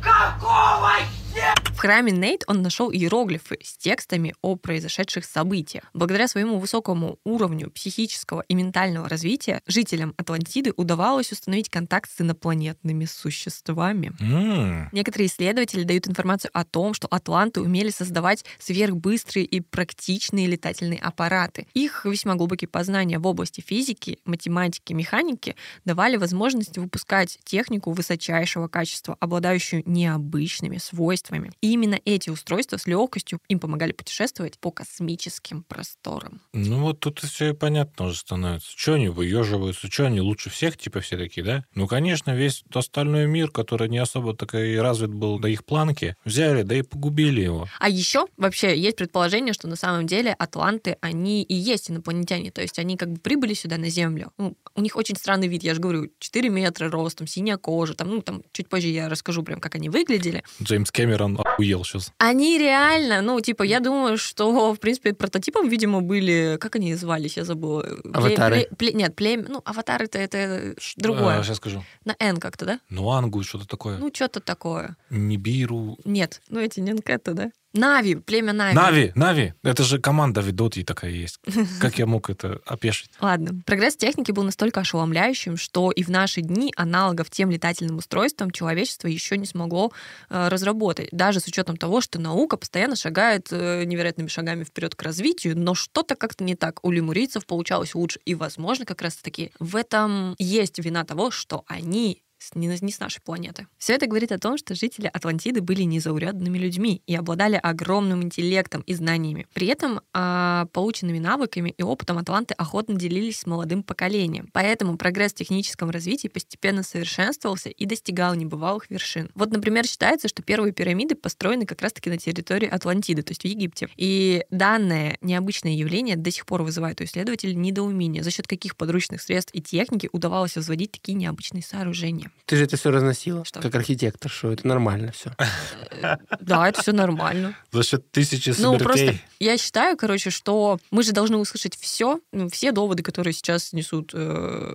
Speaker 5: Какого хера?
Speaker 3: В храме Нейт он нашел иероглифы с текстами о произошедших событиях. Благодаря своему высокому уровню психического и ментального развития жителям Атлантиды удавалось установить контакт с инопланетными существами.
Speaker 4: М,
Speaker 3: Некоторые исследователи дают информацию о том, что атланты умели создавать сверхбыстрые и практичные летательные аппараты. Их весьма глубокие познания в области физики, математики, механики давали возможность выпускать технику высочайшего качества, обладающую необычными свойствами. И именно эти устройства с легкостью им помогали путешествовать по космическим просторам.
Speaker 4: Ну вот тут все и понятно уже становится. Че они выеживаются, че они лучше всех, типа все такие, да? Ну, конечно, весь остальной мир, который не особо так и развит был до их планки, взяли, да и погубили его.
Speaker 3: А еще вообще есть предположение, что на самом деле атланты, они и есть инопланетяне. То есть они как бы прибыли сюда на Землю. Ну, у них очень странный вид, я же говорю, 4 метра ростом, синяя кожа. Там, ну, там чуть позже я расскажу прям, как они выглядели.
Speaker 4: Джеймс Кэмерон охуел сейчас.
Speaker 3: Они реально, ну, типа, я думаю, что, в принципе, прототипом, видимо, были... Как они звались? Я забыла. Пле-
Speaker 2: Аватары.
Speaker 3: пле- пле- нет, племя... Ну, аватары-то это другое.
Speaker 4: сейчас А, скажу.
Speaker 3: На N как-то, да?
Speaker 4: Нуангу, что-то такое.
Speaker 3: Ну, что-то такое.
Speaker 4: Нибиру.
Speaker 3: Нет, ну эти не это, да? Нави, племя Нави.
Speaker 4: Нави, Нави, это же команда Видоти такая есть. Как я мог это опешить?
Speaker 3: Ладно. Прогресс техники был настолько ошеломляющим, что и в наши дни аналогов тем летательным устройствам человечество еще не смогло э, разработать. Даже с учетом того, что наука постоянно шагает э, невероятными шагами вперед к развитию, но что-то как-то не так. У лемурийцев получалось лучше. И, возможно, как раз-таки в этом есть вина того, что они с- не, не с нашей планеты. Все это говорит о том, что жители Атлантиды были незаурядными людьми и обладали огромным интеллектом и знаниями. При этом а, полученными навыками и опытом атланты охотно делились с молодым поколением. Поэтому прогресс в техническом развитии постепенно совершенствовался и достигал небывалых вершин. Вот, например, считается, что первые пирамиды построены как раз-таки на территории Атлантиды, то есть в Египте. И данное необычное явление до сих пор вызывает у исследователей недоумение, за счет каких подручных средств и техники удавалось возводить такие необычные сооружения.
Speaker 2: Ты же это все разносила,
Speaker 3: Что?
Speaker 2: как архитектор, что это нормально все.
Speaker 3: Да, это все нормально.
Speaker 4: За счет тысячи
Speaker 3: Ну, просто
Speaker 4: смертей.
Speaker 3: я считаю, короче, что мы же должны услышать все, все доводы, которые сейчас несут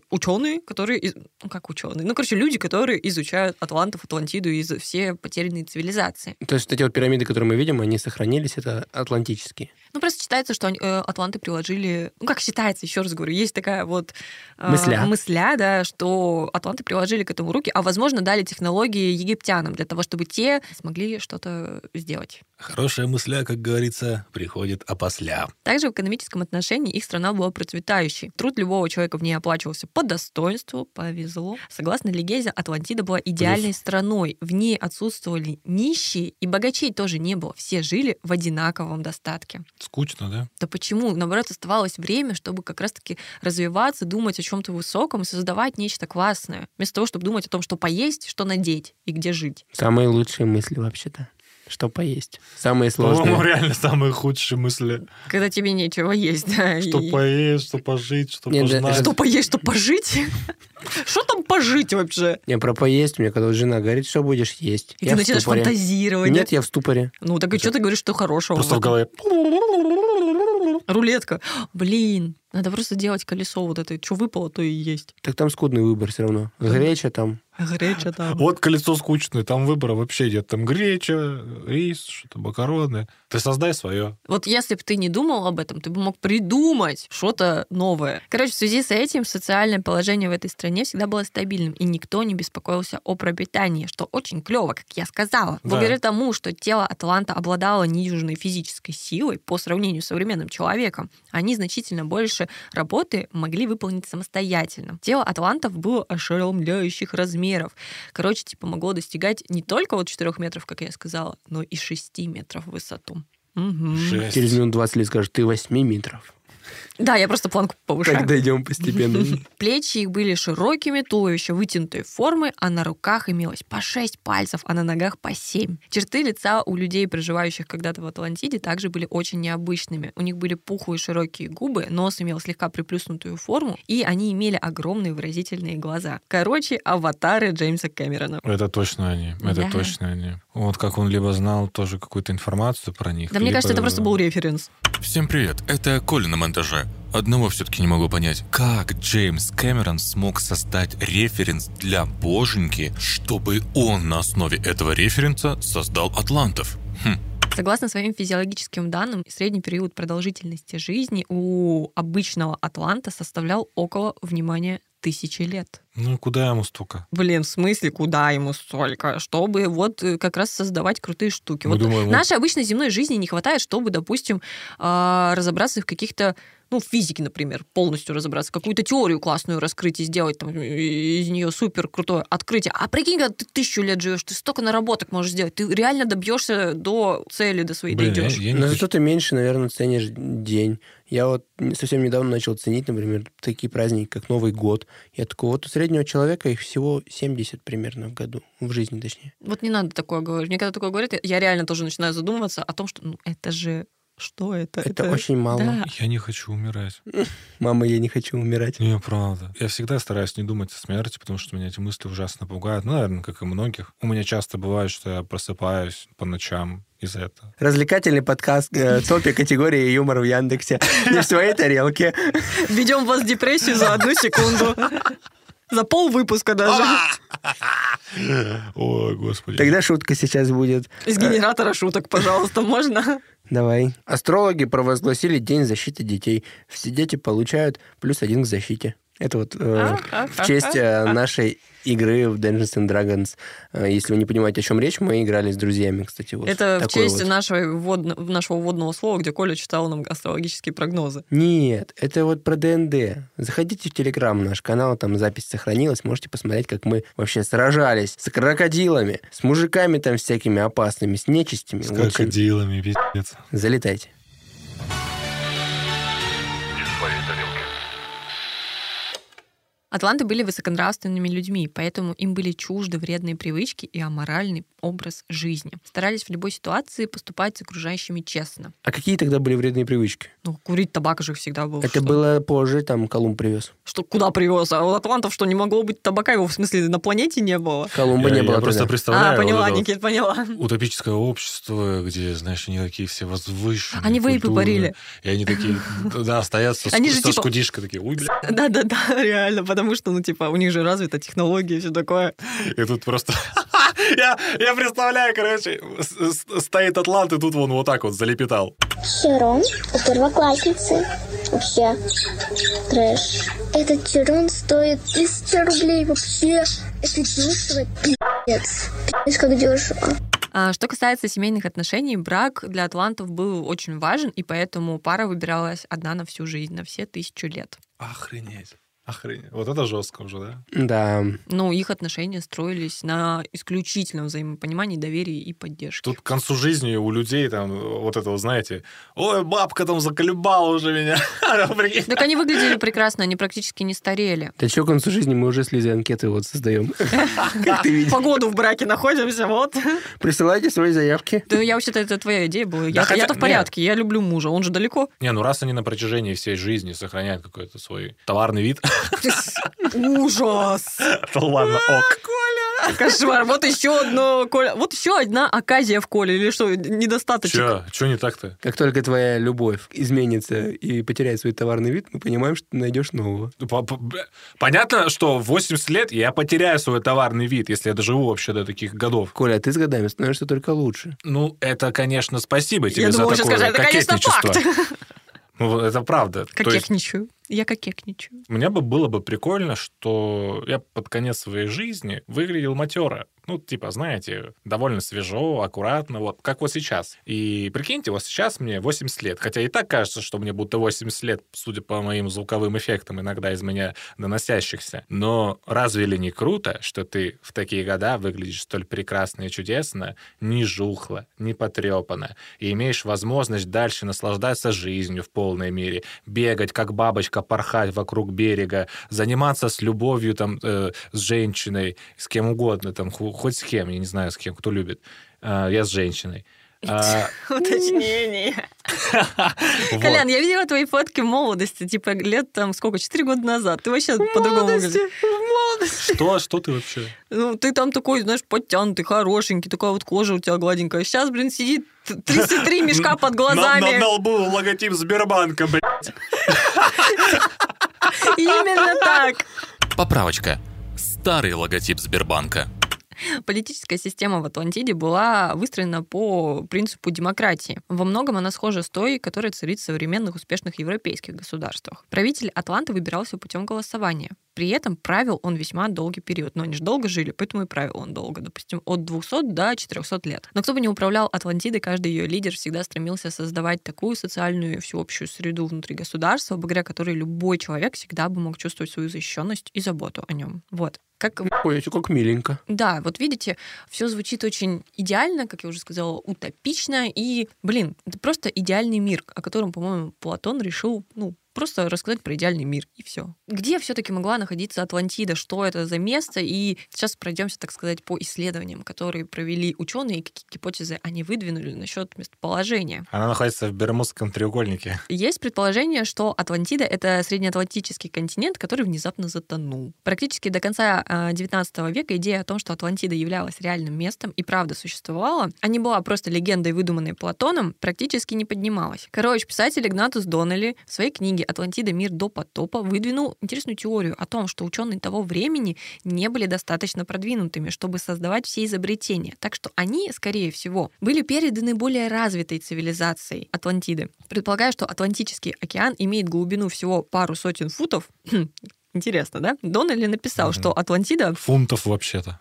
Speaker 3: ученые, которые, из- ну как ученые, ну, короче, люди, которые изучают Атлантов, Атлантиду и за- все потерянные цивилизации.
Speaker 2: То есть вот эти вот пирамиды, которые мы видим, они сохранились, это атлантические.
Speaker 3: Ну, просто считается, что они, э, атланты приложили... Ну, как считается, еще раз говорю, есть такая вот... э,
Speaker 2: Мысля.
Speaker 3: мысля, да, что атланты приложили к этому руки, а, возможно, дали технологии египтянам для того, чтобы те смогли что-то сделать.
Speaker 4: Хорошая мысля, как говорится, приходит опосля.
Speaker 3: Также в экономическом отношении их страна была процветающей. Труд любого человека в ней оплачивался по достоинству, повезло. Согласно легенде, Атлантида была идеальной страной. В ней отсутствовали нищие, и богачей тоже не было. Все жили в одинаковом достатке.
Speaker 4: Скучно, да?
Speaker 3: Да почему? Наоборот, оставалось время, чтобы как раз-таки развиваться, думать о чем-то высоком и создавать нечто классное. Вместо того, чтобы думать о том, что поесть, что надеть и где жить.
Speaker 2: Самые лучшие мысли вообще-то. Что поесть? Самые
Speaker 4: По-моему,
Speaker 2: сложные.
Speaker 4: реально самые худшие мысли.
Speaker 3: Когда тебе нечего есть, да.
Speaker 4: Что
Speaker 3: и-
Speaker 4: поесть, что пожить, что
Speaker 2: Не, да,
Speaker 4: пожнать.
Speaker 2: это-
Speaker 3: Что поесть, что пожить? Что там пожить вообще?
Speaker 2: Не, про поесть, мне когда вот жена говорит, что будешь есть.
Speaker 3: И
Speaker 2: Я
Speaker 3: ты
Speaker 2: в
Speaker 3: начинаешь
Speaker 2: ступоре.
Speaker 3: фантазировать.
Speaker 2: Нет, я в ступоре.
Speaker 3: Ну, так и что ты говоришь, что хорошего?
Speaker 4: Просто в голове.
Speaker 3: Рулетка. Блин, надо просто делать колесо вот это. Что выпало, то и есть.
Speaker 2: Так там скудный выбор все равно. Греча там.
Speaker 3: Греча там.
Speaker 4: Вот колесо скучное, там выбора вообще нет. Там греча, рис, что-то макароны. Ты создай свое.
Speaker 3: Вот если бы ты не думал об этом, ты бы мог придумать что-то новое. Короче, в связи с этим социальное положение в этой стране всегда было стабильным, и никто не беспокоился о пропитании, что очень клево, как я сказала.
Speaker 4: Да.
Speaker 3: Благодаря тому, что тело Атланта обладало недюжной физической силой по сравнению с современным человеком, они значительно больше работы могли выполнить самостоятельно. Тело атлантов было ошеломляющих размеров. Короче, типа могло достигать не только вот 4 метров, как я сказала, но и 6 метров в высоту. Мгм.
Speaker 4: Жесть.
Speaker 2: Через минут 20 лет скажешь, ты 8 метров.
Speaker 3: Да, я просто планку повышаю.
Speaker 2: Так дойдем постепенно.
Speaker 3: Плечи их были широкими, туловище вытянутой формы, а на руках имелось по 6 пальцев, а на ногах по 7. Черты лица у людей, проживающих когда-то в Атлантиде, также были очень необычными. У них были пухлые широкие губы, нос имел слегка приплюснутую форму, и они имели огромные выразительные глаза. Короче, аватары Джеймса Кэмерона.
Speaker 4: Это точно они, это
Speaker 3: Да.
Speaker 4: точно они. Вот как он либо знал тоже какую-то информацию про них.
Speaker 3: Да мне
Speaker 4: либо-
Speaker 3: кажется, это просто был референс.
Speaker 6: Всем привет, это Коля на монтаже. Одного все-таки не могу понять, как Джеймс Кэмерон смог создать референс для боженьки, чтобы он на основе этого референса создал Атлантов. Хм,
Speaker 3: Согласно своим физиологическим данным, средний период продолжительности жизни у обычного атланта составлял около, внимания, тысячи лет.
Speaker 4: Ну и куда ему столько?
Speaker 3: Блин, в смысле, куда ему столько? Чтобы вот э, как раз создавать крутые штуки.
Speaker 4: Мы
Speaker 3: Вот
Speaker 4: думаем, Ну, вот
Speaker 3: нашей обычной земной жизни не хватает, чтобы, допустим, а, разобраться в каких-то ну, в физике, например, полностью разобраться, какую-то теорию классную раскрыть и сделать там, э, из нее супер крутое открытие. А прикинь, когда ты тысячу лет живешь, ты столько наработок можешь сделать, ты реально добьешься до цели, до своей
Speaker 4: Блин, я-
Speaker 3: дойдешь.
Speaker 4: я не
Speaker 2: Но
Speaker 4: хочу.
Speaker 2: зато ты меньше, наверное, ценишь день. Я вот совсем недавно начал ценить, например, такие праздники, как Новый год. Я такой, вот у среднего человека их всего 70 примерно в году, в жизни точнее.
Speaker 3: Вот не надо такое говорить. Мне когда такое говорят, я- я реально тоже начинаю задумываться о том, что ну, это же что это?
Speaker 2: Это, очень мало.
Speaker 3: Да.
Speaker 6: Я не хочу умирать.
Speaker 2: Мама, я не хочу умирать.
Speaker 6: Не,
Speaker 4: Правда. Я всегда стараюсь не думать о смерти, потому что меня эти мысли ужасно пугают. Ну, наверное, как и многих. У меня часто бывает, что я просыпаюсь по ночам из-за этого.
Speaker 2: Развлекательный подкаст э, топе категории юмор в Яндексе. Не в своей тарелке.
Speaker 3: Ведем вас в депрессию за одну секунду. А! За пол выпуска даже.
Speaker 4: Ой, господи.
Speaker 2: Тогда шутка сейчас будет.
Speaker 3: Из генератора шуток, пожалуйста, можно?
Speaker 2: Давай. Астрологи провозгласили День защиты детей. Все дети получают плюс один к защите. Это вот
Speaker 3: А,
Speaker 2: э, в честь э, нашей игры в Dungeons and Dragons. Э, Если вы не понимаете, о чем речь, мы играли с друзьями, кстати. Вот
Speaker 3: Это в
Speaker 2: такой
Speaker 3: честь
Speaker 2: вот.
Speaker 3: нашего, водно- нашего водного слова, где Коля читал нам астрологические прогнозы.
Speaker 2: Нет, это вот про ДНД. Заходите в Телеграм, наш канал, там запись сохранилась, можете посмотреть, как мы вообще сражались с крокодилами, с мужиками там всякими опасными, с нечистями.
Speaker 4: С
Speaker 2: В общем,
Speaker 4: крокодилами, пиздец.
Speaker 2: залетайте.
Speaker 3: Атланты были высоконравственными людьми, поэтому им были чужды вредные привычки и аморальный образ жизни. Старались в любой ситуации поступать с окружающими честно.
Speaker 2: А какие тогда были вредные привычки?
Speaker 3: Ну, курить табак же всегда был.
Speaker 2: это
Speaker 3: Ну что?
Speaker 2: было позже, там Колумб привез.
Speaker 3: Что, куда привез? А у атлантов что, не могло быть табака? Его, в смысле, на планете не было?
Speaker 2: Колумба
Speaker 4: Я-
Speaker 2: не
Speaker 4: я
Speaker 2: было
Speaker 4: просто
Speaker 2: тогда.
Speaker 4: представляю.
Speaker 3: а, поняла,
Speaker 4: вот это вот
Speaker 3: Никит, поняла.
Speaker 4: Утопическое общество, где, знаешь, они такие все возвышенные.
Speaker 3: Они вейпы
Speaker 4: культурные.
Speaker 3: барили.
Speaker 4: И они такие, да, стоят со,
Speaker 3: Они
Speaker 4: ск-
Speaker 3: же
Speaker 4: со
Speaker 3: типа-
Speaker 4: скудишкой такие, ой, бля.
Speaker 3: Да-да-да, реально, потому что, ну, типа, у них же развита технология и все такое.
Speaker 4: И тут просто... Я, я представляю, короче, с- с- стоит Атлант, и тут он вот так вот залепетал.
Speaker 7: Чурон у первоклассницы. Вообще, трэш. Этот чурон стоит 1000 рублей вообще. Это дешево, пи***ц. Пи***ц, как дешево.
Speaker 3: А, Что касается семейных отношений, брак для атлантов был очень важен, и поэтому пара выбиралась одна на всю жизнь, на все тысячу лет.
Speaker 4: Охренеть. Охренеть. Вот это жестко уже, да?
Speaker 2: Да.
Speaker 3: Но их отношения строились на исключительном взаимопонимании, доверии и поддержке.
Speaker 4: Тут к концу жизни у людей там вот это, вот, знаете, ой, бабка там заколебала уже меня. Ну, Прикинь.
Speaker 3: Так они выглядели прекрасно, они практически не старели.
Speaker 2: Да чё к концу жизни мы уже слезы анкеты вот создаем. Как ты видишь.
Speaker 3: Погоду в браке находимся, вот.
Speaker 2: Присылайте свои заявки.
Speaker 3: Да я вообще-то, это твоя идея была. Я-
Speaker 4: хотя-
Speaker 3: Я-то в порядке, я люблю мужа, он же далеко.
Speaker 4: Не, ну раз они на протяжении всей жизни сохраняют какой-то свой товарный вид,
Speaker 3: Ужас!
Speaker 4: то ладно,
Speaker 3: а,
Speaker 4: ок.
Speaker 3: Кошмар. Вот еще одно, Коля. Вот еще одна оказия в Коле. Или что, недостаточно?
Speaker 4: Че, че не так-то?
Speaker 2: Как только твоя любовь изменится и потеряет свой товарный вид, мы понимаем, что ты найдешь нового.
Speaker 4: Ну, по- по- бля. Понятно, что в 80 лет я потеряю свой товарный вид, если я доживу вообще до таких годов.
Speaker 2: Коля, а ты с годами становишься только лучше.
Speaker 4: Ну, это, конечно, спасибо тебе
Speaker 3: Я
Speaker 4: за
Speaker 3: думала, сейчас
Speaker 4: такое
Speaker 3: скажешь, это, конечно,
Speaker 4: кокетничество.
Speaker 3: факт.
Speaker 4: Ну, это правда. То есть
Speaker 3: Кокетничаю. Я кокетничаю.
Speaker 4: Мне бы было бы прикольно, что я под конец своей жизни выглядел матера. Ну, типа, знаете, довольно свежо, аккуратно, вот как вот сейчас. И прикиньте, вот сейчас мне 80 лет. Хотя и так кажется, что мне будто 80 лет, судя по моим звуковым эффектам, иногда из меня доносящихся. Но разве ли не круто, что ты в такие года выглядишь столь прекрасно и чудесно, не жухло, не потрепано, и имеешь возможность дальше наслаждаться жизнью в полной мере, бегать, как бабочка, порхать вокруг берега, заниматься с любовью, там, э, с женщиной, с кем угодно, там, ху- хоть с кем, я не знаю, с кем, кто любит. А, я с женщиной. А,
Speaker 3: Уточнение.
Speaker 4: вот.
Speaker 3: Колян, я видела твои фотки молодости, типа лет там сколько, четыре года назад. Ты вообще по-другому выглядишь.
Speaker 4: Что, что ты вообще?
Speaker 3: Ну, ты там такой, знаешь, подтянутый, хорошенький, такая вот кожа у тебя гладенькая. Сейчас, блин, сидит 33 мешка под глазами.
Speaker 4: лбу логотип Сбербанка, блядь.
Speaker 3: Именно так.
Speaker 6: Поправочка. Старый логотип Сбербанка.
Speaker 3: Политическая система в Атлантиде была выстроена по принципу демократии. Во многом она схожа с той, которая царит в современных успешных европейских государствах. Правитель Атланты выбирался путем голосования. При этом правил он весьма долгий период. Но они же долго жили, поэтому и правил он долго. Допустим, от 200 до 400 лет. Но кто бы не управлял Атлантидой, каждый ее лидер всегда стремился создавать такую социальную и всеобщую среду внутри государства, благодаря которой любой человек всегда бы мог чувствовать свою защищенность и заботу о нем. Вот. Как
Speaker 2: Ой, всё как миленько.
Speaker 3: да, вот видите, все звучит очень идеально, как я уже сказала, утопично. И, блин, это просто идеальный мир, о котором, по-моему, Платон решил, ну, просто рассказать про идеальный мир, и все. Где все-таки могла находиться Атлантида? Что это за место? И сейчас пройдемся, так сказать, по исследованиям, которые провели ученые, и какие гипотезы они выдвинули насчет местоположения.
Speaker 4: Она находится в Бермудском треугольнике.
Speaker 3: Есть предположение, что Атлантида — это среднеатлантический континент, который внезапно затонул. Практически до конца XIX века идея о том, что Атлантида являлась реальным местом и правда существовала, а не была просто легендой, выдуманной Платоном, практически не поднималась. Короче, писатель Игнатус Доннелли в своей книге «Атлантида. Мир до потопа» выдвинул интересную теорию о том, что ученые того времени не были достаточно продвинутыми, чтобы создавать все изобретения. Так что они, скорее всего, были переданы более развитой цивилизацией Атлантиды. Предполагаю, что Атлантический океан имеет глубину всего пару сотен футов. Интересно, да? Доннелли написал,
Speaker 4: Мгм.
Speaker 3: что Атлантида
Speaker 4: Фунтов вообще-то.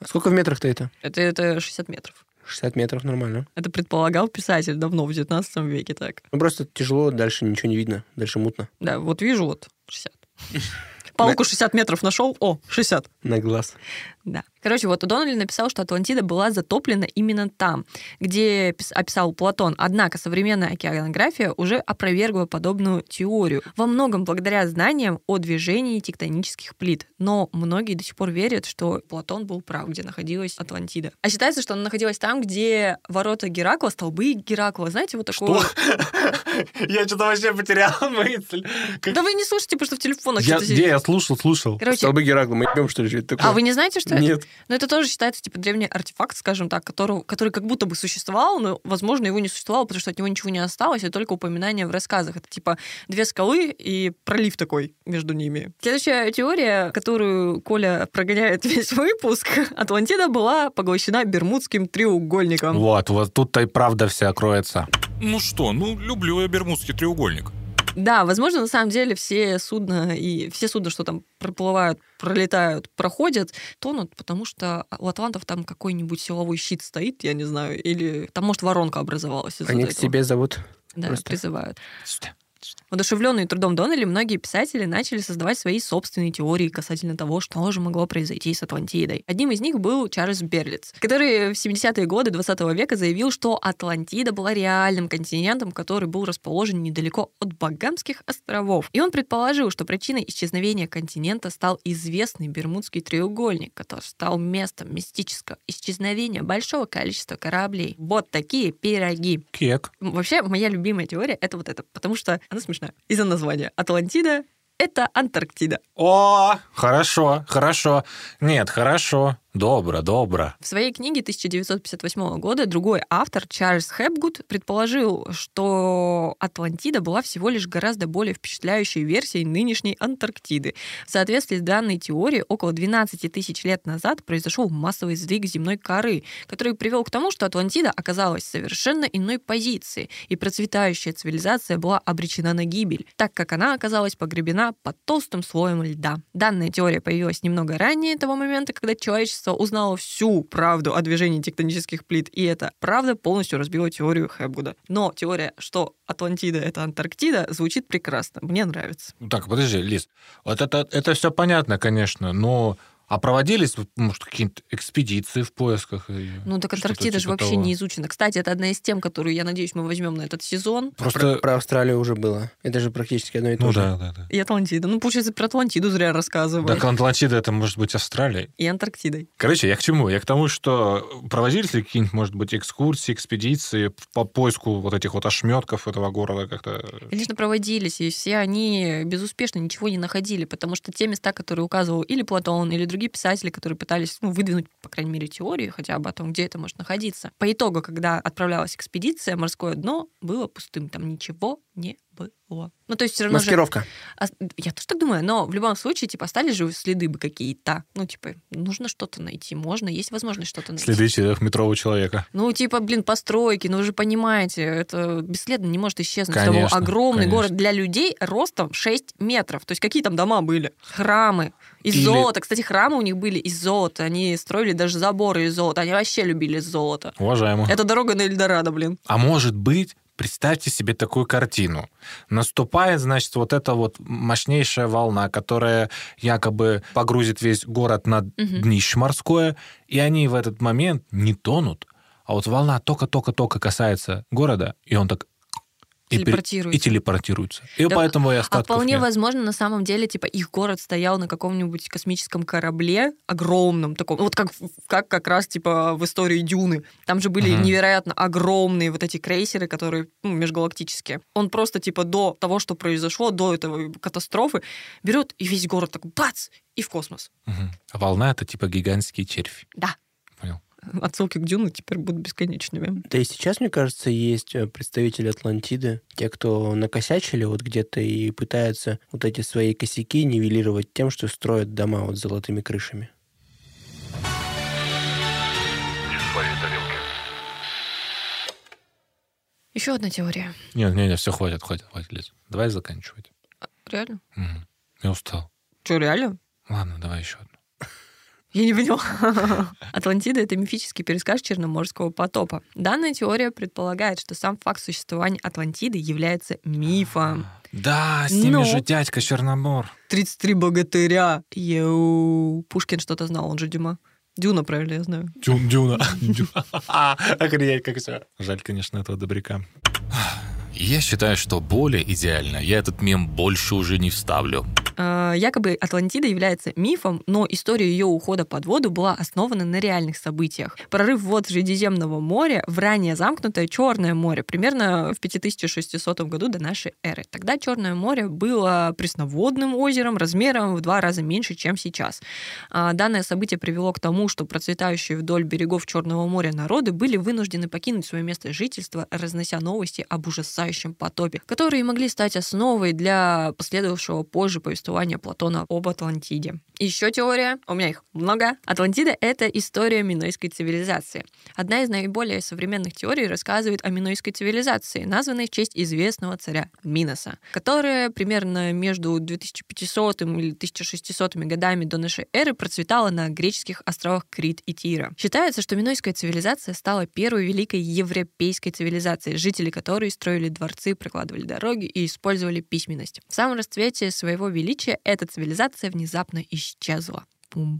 Speaker 2: А сколько в метрах-то это?
Speaker 3: это, это 60 метров.
Speaker 2: 60 метров нормально.
Speaker 3: Это предполагал писатель давно, в 19 веке так.
Speaker 2: Ну, просто тяжело, дальше ничего не видно, дальше мутно.
Speaker 3: Да, вот вижу, вот 60. Палку 60 метров нашел, о, 60.
Speaker 2: На глаз.
Speaker 3: Да. Короче, вот Доннелли написал, что Атлантида была затоплена именно там, где пис- описал Платон. Однако современная океанография уже опровергла подобную теорию. Во многом благодаря знаниям о движении тектонических плит. Но многие до сих пор верят, что Платон был прав, где находилась Атлантида. А считается, что она находилась там, где ворота Геракла, столбы Геракла. Знаете, вот такое...
Speaker 4: Я что-то вообще потерял мысль. Как-
Speaker 3: Да вы не слушайте, потому что в телефонах
Speaker 4: Я-
Speaker 3: что-то
Speaker 4: Где
Speaker 3: сидит.
Speaker 4: я слушал, слушал.
Speaker 3: Короче,
Speaker 2: Столбы Геракла, мы ебем, что ли, что это такое?
Speaker 3: а вы не знаете, что это?
Speaker 2: Нет.
Speaker 3: Но это тоже считается типа древний артефакт, скажем так, которого, который как будто бы существовал, но, возможно, его не существовало, потому что от него ничего не осталось, и только упоминания в рассказах. Это типа две скалы и пролив такой между ними. Следующая теория, которую Коля прогоняет весь выпуск, Атлантида была поглощена Бермудским треугольником.
Speaker 4: Вот, вот тут-то и правда вся кроется.
Speaker 6: Ну что, ну люблю я Бермудский треугольник.
Speaker 3: Да, возможно, на самом деле все судна и все судна, что там проплывают, пролетают, проходят, тонут, потому что у атлантов там какой-нибудь силовой щит стоит, я не знаю, или там, может, воронка образовалась из-за
Speaker 2: Они к
Speaker 3: этого.
Speaker 2: себе зовут.
Speaker 3: Да,
Speaker 2: Просто.
Speaker 3: призывают. Удушевленные трудом Доннелли, многие писатели начали создавать свои собственные теории касательно того, что же могло произойти с Атлантидой. Одним из них был Чарльз Берлиц, который в 70-е годы 20 века заявил, что Атлантида была реальным континентом, который был расположен недалеко от Багамских островов. И он предположил, что причиной исчезновения континента стал известный Бермудский треугольник, который стал местом мистического исчезновения большого количества кораблей. Вот такие пироги.
Speaker 4: Кек.
Speaker 3: Вообще, моя любимая теория — это вот эта, потому что она смешная. Из-за названия. Атлантида — это Антарктида.
Speaker 4: О, хорошо, хорошо. Нет, хорошо. Добро, добро.
Speaker 3: В своей книге 1958 года другой автор, Чарльз Хепгуд, предположил, что Атлантида была всего лишь гораздо более впечатляющей версией нынешней Антарктиды. В соответствии с данной теорией, около 12 тысяч лет назад произошел массовый сдвиг земной коры, который привел к тому, что Атлантида оказалась в совершенно иной позиции, и процветающая цивилизация была обречена на гибель, так как она оказалась погребена под толстым слоем льда. Данная теория появилась немного ранее того момента, когда человечество узнало всю правду о движении тектонических плит, и эта правда полностью разбила теорию Хэбгуда. Но теория, что Атлантида — это Антарктида, звучит прекрасно. Мне нравится.
Speaker 4: Ну Так, подожди, Лиз. Вот это, это все понятно, конечно, но... А проводились, может, какие-то экспедиции в поисках? её?
Speaker 3: Ну так
Speaker 4: Что-то
Speaker 3: Антарктида же
Speaker 4: типа
Speaker 3: вообще
Speaker 4: того.
Speaker 3: не изучена. Кстати, это одна из тем, которую, я надеюсь, мы возьмем на этот сезон.
Speaker 4: Просто...
Speaker 2: Про, про Австралию уже было. Это же практически одно и то
Speaker 4: Ну
Speaker 2: же.
Speaker 4: да, да, да.
Speaker 3: И Атлантида. Ну, получается, про Атлантиду зря рассказываю.
Speaker 4: Так Атлантида это может быть Австралия.
Speaker 3: И Антарктидой.
Speaker 4: Короче, я к чему? Я к тому, что проводились ли какие-нибудь, может быть, экскурсии, экспедиции по поиску вот этих вот ошметков этого города как-то?
Speaker 3: Конечно, проводились, и все они безуспешно ничего не находили, потому что те места, которые указывал или Платон, или другие писатели, которые пытались ну, выдвинуть, по крайней мере, теорию хотя бы о том, где это может находиться. По итогу, когда отправлялась экспедиция, морское дно было пустым, там ничего не было. Ну, то есть все равно же-
Speaker 2: Маскировка.
Speaker 3: А, Я тоже так думаю, но в любом случае, типа, остались же следы бы какие-то. Ну, типа, нужно что-то найти, можно, есть возможность что-то найти.
Speaker 4: Следы четырехметрового человека.
Speaker 3: Ну, типа, блин, постройки, ну вы же понимаете, это бесследно не может исчезнуть.
Speaker 4: Конечно,
Speaker 3: С того огромный
Speaker 4: конечно.
Speaker 3: город для людей ростом 6 метров. То есть какие там дома были? Храмы из
Speaker 2: Или-
Speaker 3: золота. Кстати, храмы у них были из золота. Они строили даже заборы из золота. Они вообще любили золото.
Speaker 4: Уважаемо.
Speaker 3: Это дорога на Эльдорадо, блин.
Speaker 4: А может быть, представьте себе такую картину. Наступает, значит, вот эта вот мощнейшая волна, которая якобы погрузит весь город на днище морское, и они в этот момент не тонут, а вот волна только-только-только касается города, и он так... и пере-
Speaker 3: Телепортируется.
Speaker 4: И телепортируется. И
Speaker 3: Да,
Speaker 4: поэтому и
Speaker 3: А
Speaker 4: остатков
Speaker 3: вполне
Speaker 4: нет.
Speaker 3: возможно, на самом деле, типа, их город стоял на каком-нибудь космическом корабле огромном таком, вот как, как как раз, типа, в истории Дюны. Там же были
Speaker 4: Мгм.
Speaker 3: невероятно огромные вот эти крейсеры, которые, ну, межгалактические. Он просто, типа, до того, что произошло, до этого катастрофы, берет и весь город так бац, и в космос.
Speaker 4: Мгм. А волна — это типа гигантский червь.
Speaker 3: Да.
Speaker 4: Понял.
Speaker 3: Отсылки к Дюну теперь будут бесконечными.
Speaker 2: Да и сейчас, мне кажется, есть э, представители Атлантиды, те, кто накосячили вот где-то и пытаются вот эти свои косяки нивелировать тем, что строят дома вот с золотыми крышами.
Speaker 3: Еще одна теория.
Speaker 4: Нет, нет, нет, все, хватит, хватит, хватит, Лиз. Давай заканчивать.
Speaker 3: Реально?
Speaker 4: Мгм. Я устал.
Speaker 3: Че, реально?
Speaker 4: Ладно, давай еще одну.
Speaker 3: Я не поняла. Атлантида — это мифический пересказ Черноморского потопа. Данная теория предполагает, что сам факт существования Атлантиды является мифом.
Speaker 4: Да, с ними
Speaker 3: Ну.
Speaker 4: же дядька Черномор.
Speaker 3: 33 богатыря. Йоу. Пушкин что-то знал, он же Дюма. Дюна, правильно, я знаю.
Speaker 4: Дюн, Дюна. Охренеть, как все. Жаль, конечно, этого добряка.
Speaker 6: Я считаю, что более идеально. Я этот мем больше уже не вставлю.
Speaker 3: А, Якобы Атлантида является мифом, но история ее ухода под воду была основана на реальных событиях. Прорыв вод Средиземного моря в ранее замкнутое Черное море, примерно в 5600 году до нашей эры. Тогда Черное море было пресноводным озером размером в два раза меньше, чем сейчас. А, Данное событие привело к тому, что процветающие вдоль берегов Черного моря народы были вынуждены покинуть свое место жительства, разнося новости об ужасающем потопе, которые могли стать основой для последовавшего позже повествования Платона об Атлантиде. Еще теория, у меня их много. Атлантида — это история минойской цивилизации. Одна из наиболее современных теорий рассказывает о минойской цивилизации, названной в честь известного царя Миноса, которая примерно между 2500 или 1600 годами до нашей эры процветала на греческих островах Крит и Тира. Считается, что минойская цивилизация стала первой великой европейской цивилизацией, жители которой строили дворцы, прокладывали дороги и использовали письменность. В самом расцвете своего величия эта цивилизация внезапно исчезла.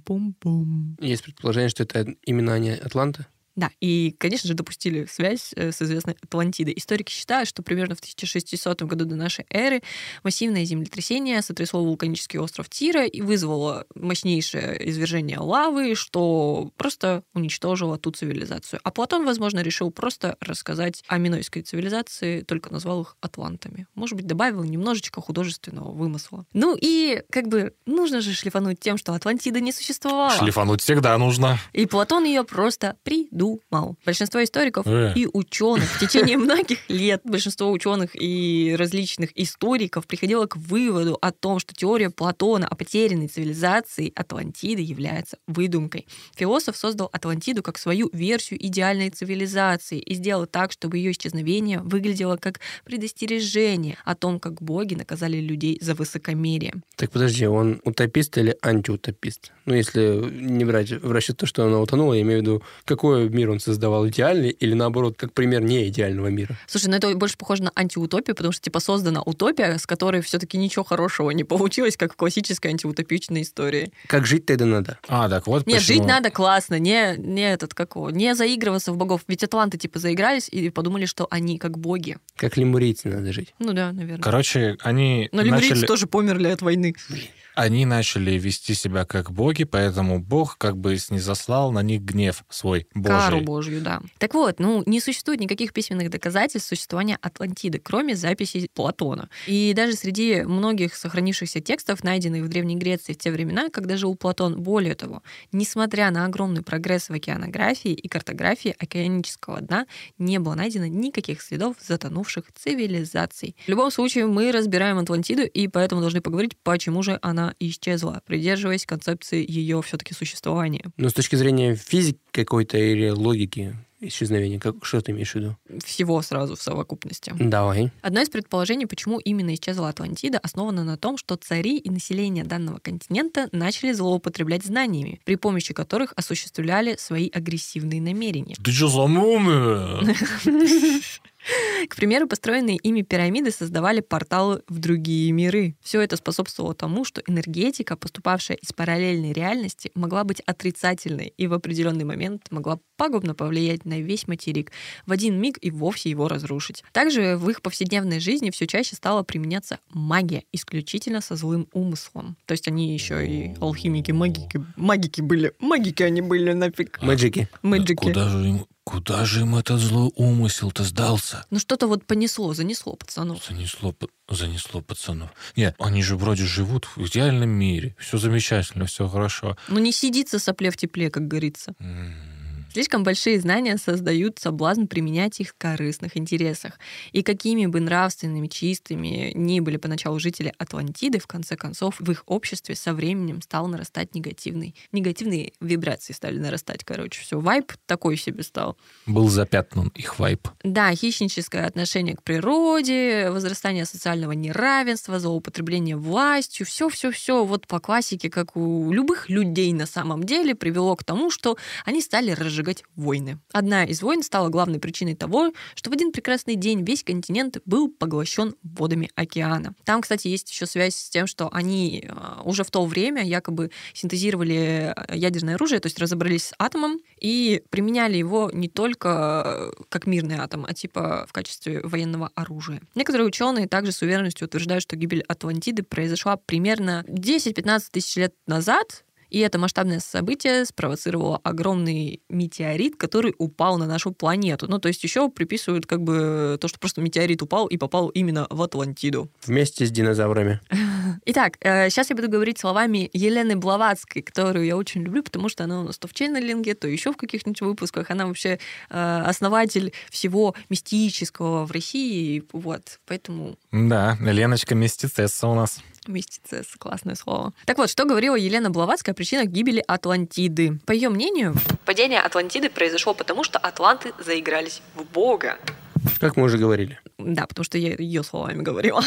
Speaker 3: Пум-пум-пум.
Speaker 2: Есть предположение, что это именно они Атланта.
Speaker 3: Да, и, конечно же, допустили связь э, с известной Атлантидой. Историки считают, что примерно в 1600 году до нашей эры массивное землетрясение сотрясло вулканический остров Тира и вызвало мощнейшее извержение лавы, что просто уничтожило ту цивилизацию. А Платон, возможно, решил просто рассказать о минойской цивилизации, только назвал их атлантами. Может быть, добавил немножечко художественного вымысла. Ну и, как бы, нужно же шлифануть тем, что Атлантида не существовала.
Speaker 4: Шлифануть всегда нужно.
Speaker 3: И Платон ее просто придумал. Большинство историков
Speaker 4: Э.
Speaker 3: и ученых в течение многих лет, большинство ученых и различных историков приходило к выводу о том, что теория Платона о потерянной цивилизации Атлантиды является выдумкой. Философ создал Атлантиду как свою версию идеальной цивилизации и сделал так, чтобы ее исчезновение выглядело как предостережение о том, как боги наказали людей за высокомерие.
Speaker 2: Так подожди, он утопист или антиутопист? Ну, если не брать в расчет то, что она утонула, я имею в виду, какой мир он создавал, идеальный или, наоборот, как пример неидеального мира?
Speaker 3: Слушай, ну это больше похоже на антиутопию, потому что типа создана утопия, с которой все-таки ничего хорошего не получилось, как в классической антиутопичной истории.
Speaker 2: Как жить тогда надо?
Speaker 4: А, так вот
Speaker 3: Не,
Speaker 4: почему.
Speaker 3: жить надо классно, не, не этот какого, не заигрываться в богов. Ведь атланты типа заигрались и подумали, что они как боги.
Speaker 2: Как лемурийцы надо жить?
Speaker 3: Ну да, наверное.
Speaker 4: Короче, они
Speaker 3: Но лимрийцы
Speaker 4: начали...
Speaker 3: тоже померли от войны.
Speaker 4: Они начали вести себя как боги, поэтому бог как бы снизослал на них гнев свой
Speaker 3: Кару
Speaker 4: божий.
Speaker 3: божью, да. Так вот, ну, не существует никаких письменных доказательств существования Атлантиды, кроме записей Платона. И даже среди многих сохранившихся текстов, найденных в Древней Греции в те времена, когда жил Платон, более того, несмотря на огромный прогресс в океанографии и картографии океанического дна, не было найдено никаких следов затонувших цивилизаций. В любом случае, мы разбираем Атлантиду, и поэтому должны поговорить, почему же она исчезла, придерживаясь концепции ее все-таки существования.
Speaker 2: Но с точки зрения физики какой-то или логики исчезновения, как, что ты имеешь в виду?
Speaker 3: Всего сразу в совокупности.
Speaker 2: Давай.
Speaker 3: Одно из предположений, почему именно исчезла Атлантида, основано на том, что цари и население данного континента начали злоупотреблять знаниями, при помощи которых осуществляли свои агрессивные намерения.
Speaker 4: Ты что за мумия?
Speaker 3: К примеру, построенные ими пирамиды создавали порталы в другие миры. Все это способствовало тому, что энергетика, поступавшая из параллельной реальности, могла быть отрицательной и в определенный момент могла пагубно повлиять на весь материк, в один миг и вовсе его разрушить. Также в их повседневной жизни все чаще стала применяться магия, исключительно со злым умыслом. То есть они еще и алхимики, магики, магики были. Магики они были, нафиг.
Speaker 2: Мэджики.
Speaker 3: Мэджики.
Speaker 6: Куда же им, куда же им этот злой умысел-то сдался?
Speaker 3: Ну что-то вот понесло, занесло
Speaker 4: Ну.
Speaker 3: пацану.
Speaker 6: Занесло, п- занесло пацанов. Нет, они же вроде живут в идеальном мире. Все замечательно, все хорошо.
Speaker 3: Ну не сидится сопле в тепле, как говорится.
Speaker 4: М-м.
Speaker 6: М,
Speaker 3: Слишком большие знания создают соблазн применять их в корыстных интересах. И какими бы нравственными, чистыми ни были поначалу жители Атлантиды, в конце концов, в их обществе со временем стал нарастать негативный. Негативные вибрации стали нарастать, короче. Все, вайп такой себе стал.
Speaker 4: Был запятнан их вайп.
Speaker 3: Да, хищническое отношение к природе, возрастание социального неравенства, злоупотребление властью, все-все-все вот по классике, как у любых людей на самом деле, привело к тому, что они стали разжигать войны. Одна из войн стала главной причиной того, что в один прекрасный день весь континент был поглощен водами океана. Там, кстати, есть еще связь с тем, что они э, уже в то время якобы синтезировали э, ядерное оружие, то есть разобрались с атомом и применяли его не только э, как мирный атом, а типа в качестве военного оружия. Некоторые ученые также с уверенностью утверждают, что гибель Атлантиды произошла примерно 10-15 тысяч лет назад, и это масштабное событие спровоцировало огромный метеорит, который упал на нашу планету. Ну, то есть еще приписывают как бы то, что просто метеорит упал и попал именно в Атлантиду.
Speaker 2: Вместе с динозаврами.
Speaker 3: Итак, сейчас я буду говорить словами Елены Блаватской, которую я очень люблю, потому что она у нас то в ченнелинге, то еще в каких-нибудь выпусках. Она вообще э, основатель всего мистического в России. Вот, поэтому
Speaker 4: Да, Леночка мистицесса у нас.
Speaker 3: Мистицес, классное слово. Так вот, что говорила Елена Блаватская о причинах гибели Атлантиды? По ее мнению, падение Атлантиды произошло потому, что атланты заигрались в бога.
Speaker 2: Как мы уже говорили.
Speaker 3: Да, потому что я ее словами говорила.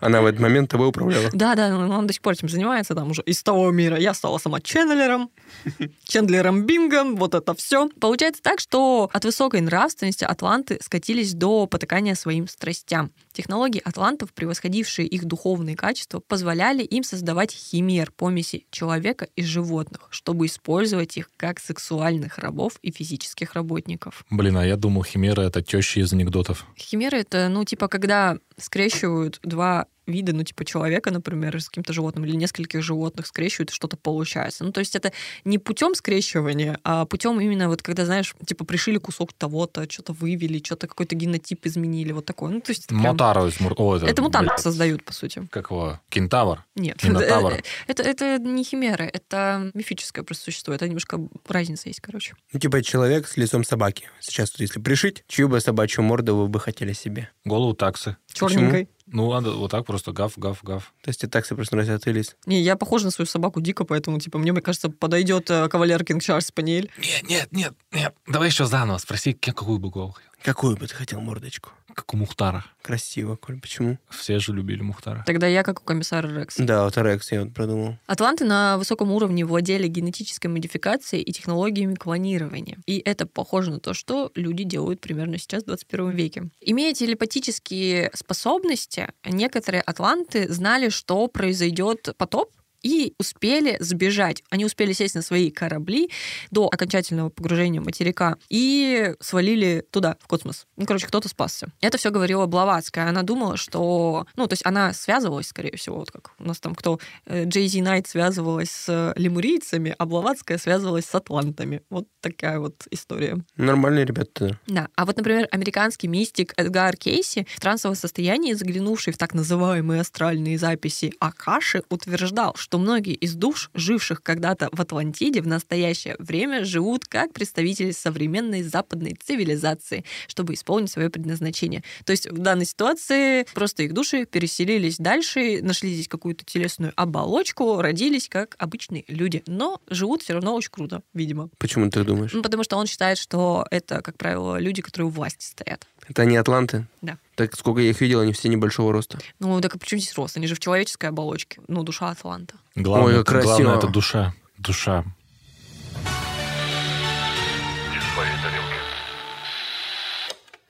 Speaker 2: Она в этот момент тобой управляла.
Speaker 3: Да, да, ну, он до сих пор этим занимается там уже из того мира. Я стала сама ченнелером, чендлером Бингом, вот это все. Получается так, что от высокой нравственности атланты скатились до потакания своим страстям. Технологии атлантов, превосходившие их духовные качества, позволяли им создавать химер, помеси человека и животных, чтобы использовать их как сексуальных рабов и физических работников.
Speaker 4: Блин, а я думал, химера это теща из анекдотов.
Speaker 3: Химеры это, ну, типа, когда скрещивают два вида, ну, типа, человека, например, с каким-то животным, или нескольких животных скрещивают, и что-то получается. Ну, то есть это не путем скрещивания, а путем именно вот, когда, знаешь, типа, пришили кусок того-то, что-то вывели, что-то какой-то генотип измени,ли вот такое. Ну, то есть это прям-
Speaker 4: Мотаро из Мур- О,
Speaker 3: Это мутанты
Speaker 4: блин,
Speaker 3: создают, по сути.
Speaker 4: Как его? Кентавр?
Speaker 3: Нет.
Speaker 4: Минотавр?
Speaker 3: Это, это не химеры, это мифическое просто существо. Это немножко разница есть, короче.
Speaker 2: Ну, типа человек с лицом собаки. Сейчас тут, если пришить, чью бы собачью морду вы бы хотели себе?
Speaker 4: Голову таксы.
Speaker 3: Черненькой.
Speaker 4: Ну, ладно, вот так просто гав, гав, гав.
Speaker 2: То есть тебе таксы просто нравится, а ты лис.
Speaker 3: Не, я похожа на свою собаку дико, поэтому, типа, мне, мне кажется, подойдет э, кавалер Кинг Чарльз Спаниель.
Speaker 4: Нет, нет, нет, нет. Давай еще заново спроси, кем- какую бы голову хотел.
Speaker 2: Какую бы ты хотел мордочку?
Speaker 4: Как у Мухтара.
Speaker 2: Красиво, Коль, почему?
Speaker 4: Все же любили Мухтара.
Speaker 3: Тогда я как у комиссара Рекс.
Speaker 2: Да, вот Рекс, я вот продумал.
Speaker 3: Атланты на высоком уровне владели генетической модификацией и технологиями клонирования. И это похоже на то, что люди делают примерно сейчас в 21 веке. Имея телепатические способности, некоторые атланты знали, что произойдет потоп, и успели сбежать. Они успели сесть на свои корабли до окончательного погружения материка и свалили туда, в космос. Ну, короче, кто-то спасся. Это все говорила Блаватская. Она думала, что... Ну, то есть она связывалась, скорее всего, вот как у нас там кто... Джей Зи Э, Найт связывалась с э, лемурийцами, а Блаватская связывалась с атлантами. Вот такая вот история.
Speaker 2: Нормальные ребята.
Speaker 3: Да. А вот, например, американский мистик Эдгар Кейси в трансовом состоянии, заглянувший в так называемые астральные записи Акаши, утверждал, что многие из душ, живших когда-то в Атлантиде, в настоящее время живут как представители современной западной цивилизации, чтобы исполнить свое предназначение. То есть в данной ситуации просто их души переселились дальше, нашли здесь какую-то телесную оболочку, родились как обычные люди, но живут все равно очень круто, видимо.
Speaker 2: Почему ты так думаешь?
Speaker 3: Ну, потому что он считает, что это, как правило, люди, которые у власти стоят.
Speaker 2: Это они атланты?
Speaker 3: Да.
Speaker 2: Так сколько я их видел, они все небольшого роста.
Speaker 3: Ну, так а почему здесь рост? Они же в человеческой оболочке. Ну, душа Атланта.
Speaker 4: Главное,
Speaker 2: Ой, как
Speaker 4: главное
Speaker 2: красиво.
Speaker 4: это душа. Душа.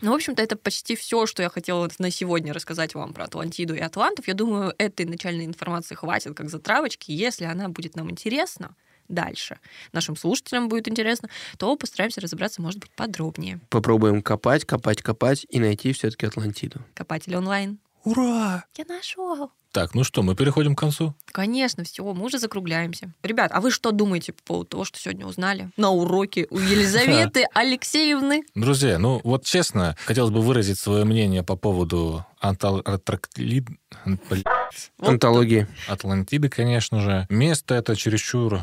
Speaker 3: Ну, в общем-то, это почти все, что я хотела на сегодня рассказать вам про Атлантиду и Атлантов. Я думаю, этой начальной информации хватит как затравочки. Если она будет нам интересна дальше, нашим слушателям будет интересно, то постараемся разобраться, может быть, подробнее.
Speaker 2: Попробуем копать, копать, копать и найти все-таки Атлантиду.
Speaker 3: Копатели онлайн.
Speaker 4: Ура!
Speaker 3: Я нашел.
Speaker 6: Так, ну что, мы переходим к концу?
Speaker 3: Конечно, все, мы уже закругляемся. Ребят, а вы что думаете по поводу того, что сегодня узнали на уроке у Елизаветы Алексеевны?
Speaker 4: Друзья, ну вот честно, хотелось бы выразить свое мнение по поводу Антал... Атраклид- Блин.
Speaker 3: Вот
Speaker 2: Антологии.
Speaker 4: Атлантиды, конечно же. Место это чересчур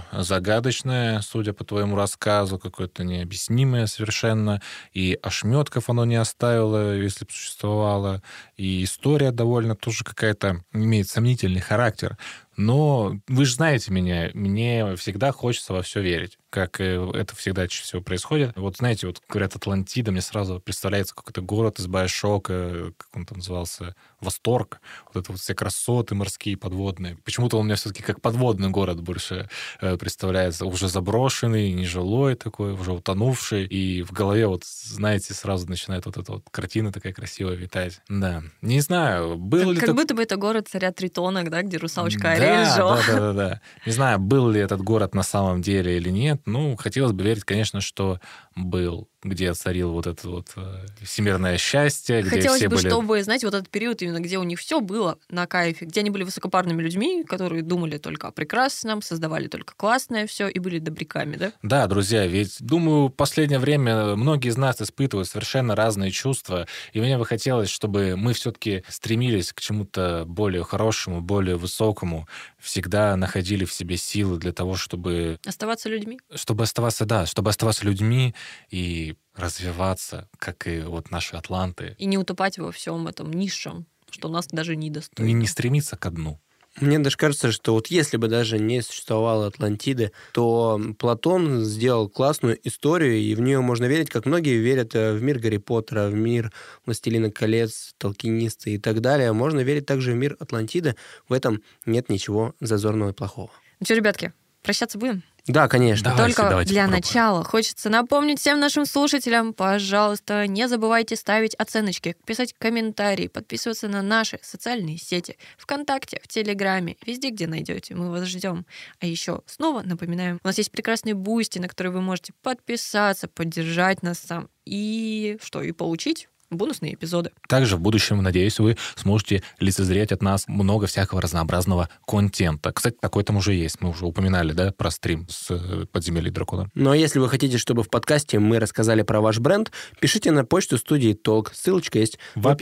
Speaker 4: загадочное, судя по твоему рассказу, какое-то необъяснимое совершенно. И ошметков оно не оставило, если бы существовало. И история довольно тоже какая-то имеет сомнительный характер. Но вы же знаете меня, мне всегда хочется во все верить, как э, это всегда чаще всего происходит. Вот знаете, вот говорят Атлантида, мне сразу представляется какой-то город из Байшока, э, как он там назывался, Восторг. Вот это вот все красоты морские, подводные. Почему-то он у меня все-таки как подводный город больше э, представляется. Уже заброшенный, нежилой такой, уже утонувший. И в голове вот, знаете, сразу начинает вот эта вот картина такая красивая витать. Да. Не знаю, было ли
Speaker 3: Как
Speaker 4: так-
Speaker 3: будто бы это город царя Тритонок, да, где русалочка Ариэль
Speaker 4: да,
Speaker 3: жила.
Speaker 4: да, да, да, да. Не знаю, был ли этот город на самом деле или нет. Ну, хотелось бы верить, конечно, что был, где царил вот это вот э, всемирное счастье, где
Speaker 3: Хотелось
Speaker 4: все
Speaker 3: бы,
Speaker 4: были.
Speaker 3: чтобы, знаете, вот этот период именно, где у них все было на кайфе, где они были высокопарными людьми, которые думали только о прекрасном, создавали только классное все и были добряками, да?
Speaker 4: Да, друзья, ведь, думаю, в последнее время многие из нас испытывают совершенно разные чувства, и мне бы хотелось, чтобы мы все-таки стремились к чему-то более хорошему, более высокому, всегда находили в себе силы для того, чтобы
Speaker 3: Оставаться людьми.
Speaker 4: чтобы оставаться, да, чтобы оставаться людьми и развиваться, как и вот наши атланты,
Speaker 3: И не утопать во всем этом низшем, что нас даже не
Speaker 4: не,
Speaker 3: достойно.
Speaker 4: не стремиться ко дну.
Speaker 2: Мне даже кажется, что вот если бы даже не существовало Атлантиды, то Платон сделал классную историю, и в нее можно верить, как многие верят э, в мир Гарри Поттера, в мир Властелина колец, Толкинисты и так далее. Можно верить также в мир Атлантиды. В этом нет ничего зазорного и плохого.
Speaker 3: Ну что, ребятки, прощаться будем?
Speaker 2: Да, конечно.
Speaker 4: Давайте,
Speaker 3: Только
Speaker 4: давайте
Speaker 3: для
Speaker 4: попробуем.
Speaker 3: начала хочется напомнить всем нашим слушателям, пожалуйста, не забывайте ставить оценочки, писать комментарии, подписываться на наши социальные сети, ВКонтакте, в Телеграме, везде, где найдете, мы вас ждем. А еще снова напоминаем, у нас есть прекрасный бусти, на который вы можете подписаться, поддержать нас сам и что, и получить бонусные эпизоды.
Speaker 4: Также в будущем, надеюсь, вы сможете лицезреть от нас много всякого разнообразного контента. Кстати, такой там уже есть. Мы уже упоминали, да, про стрим с э, подземелья дракона.
Speaker 2: Но если вы хотите, чтобы в подкасте мы рассказали про ваш бренд, пишите на почту студии Толк. Ссылочка есть
Speaker 4: В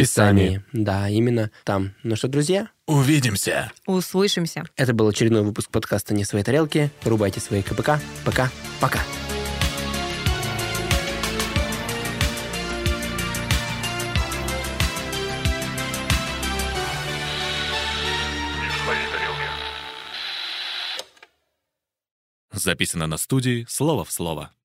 Speaker 2: Да, именно там. Ну что, друзья,
Speaker 6: Увидимся!
Speaker 3: Услышимся!
Speaker 2: это был очередной выпуск подкаста «Не свои тарелки». Рубайте свои КПК. Пока. Пока.
Speaker 6: Записано на студии «Слово в слово».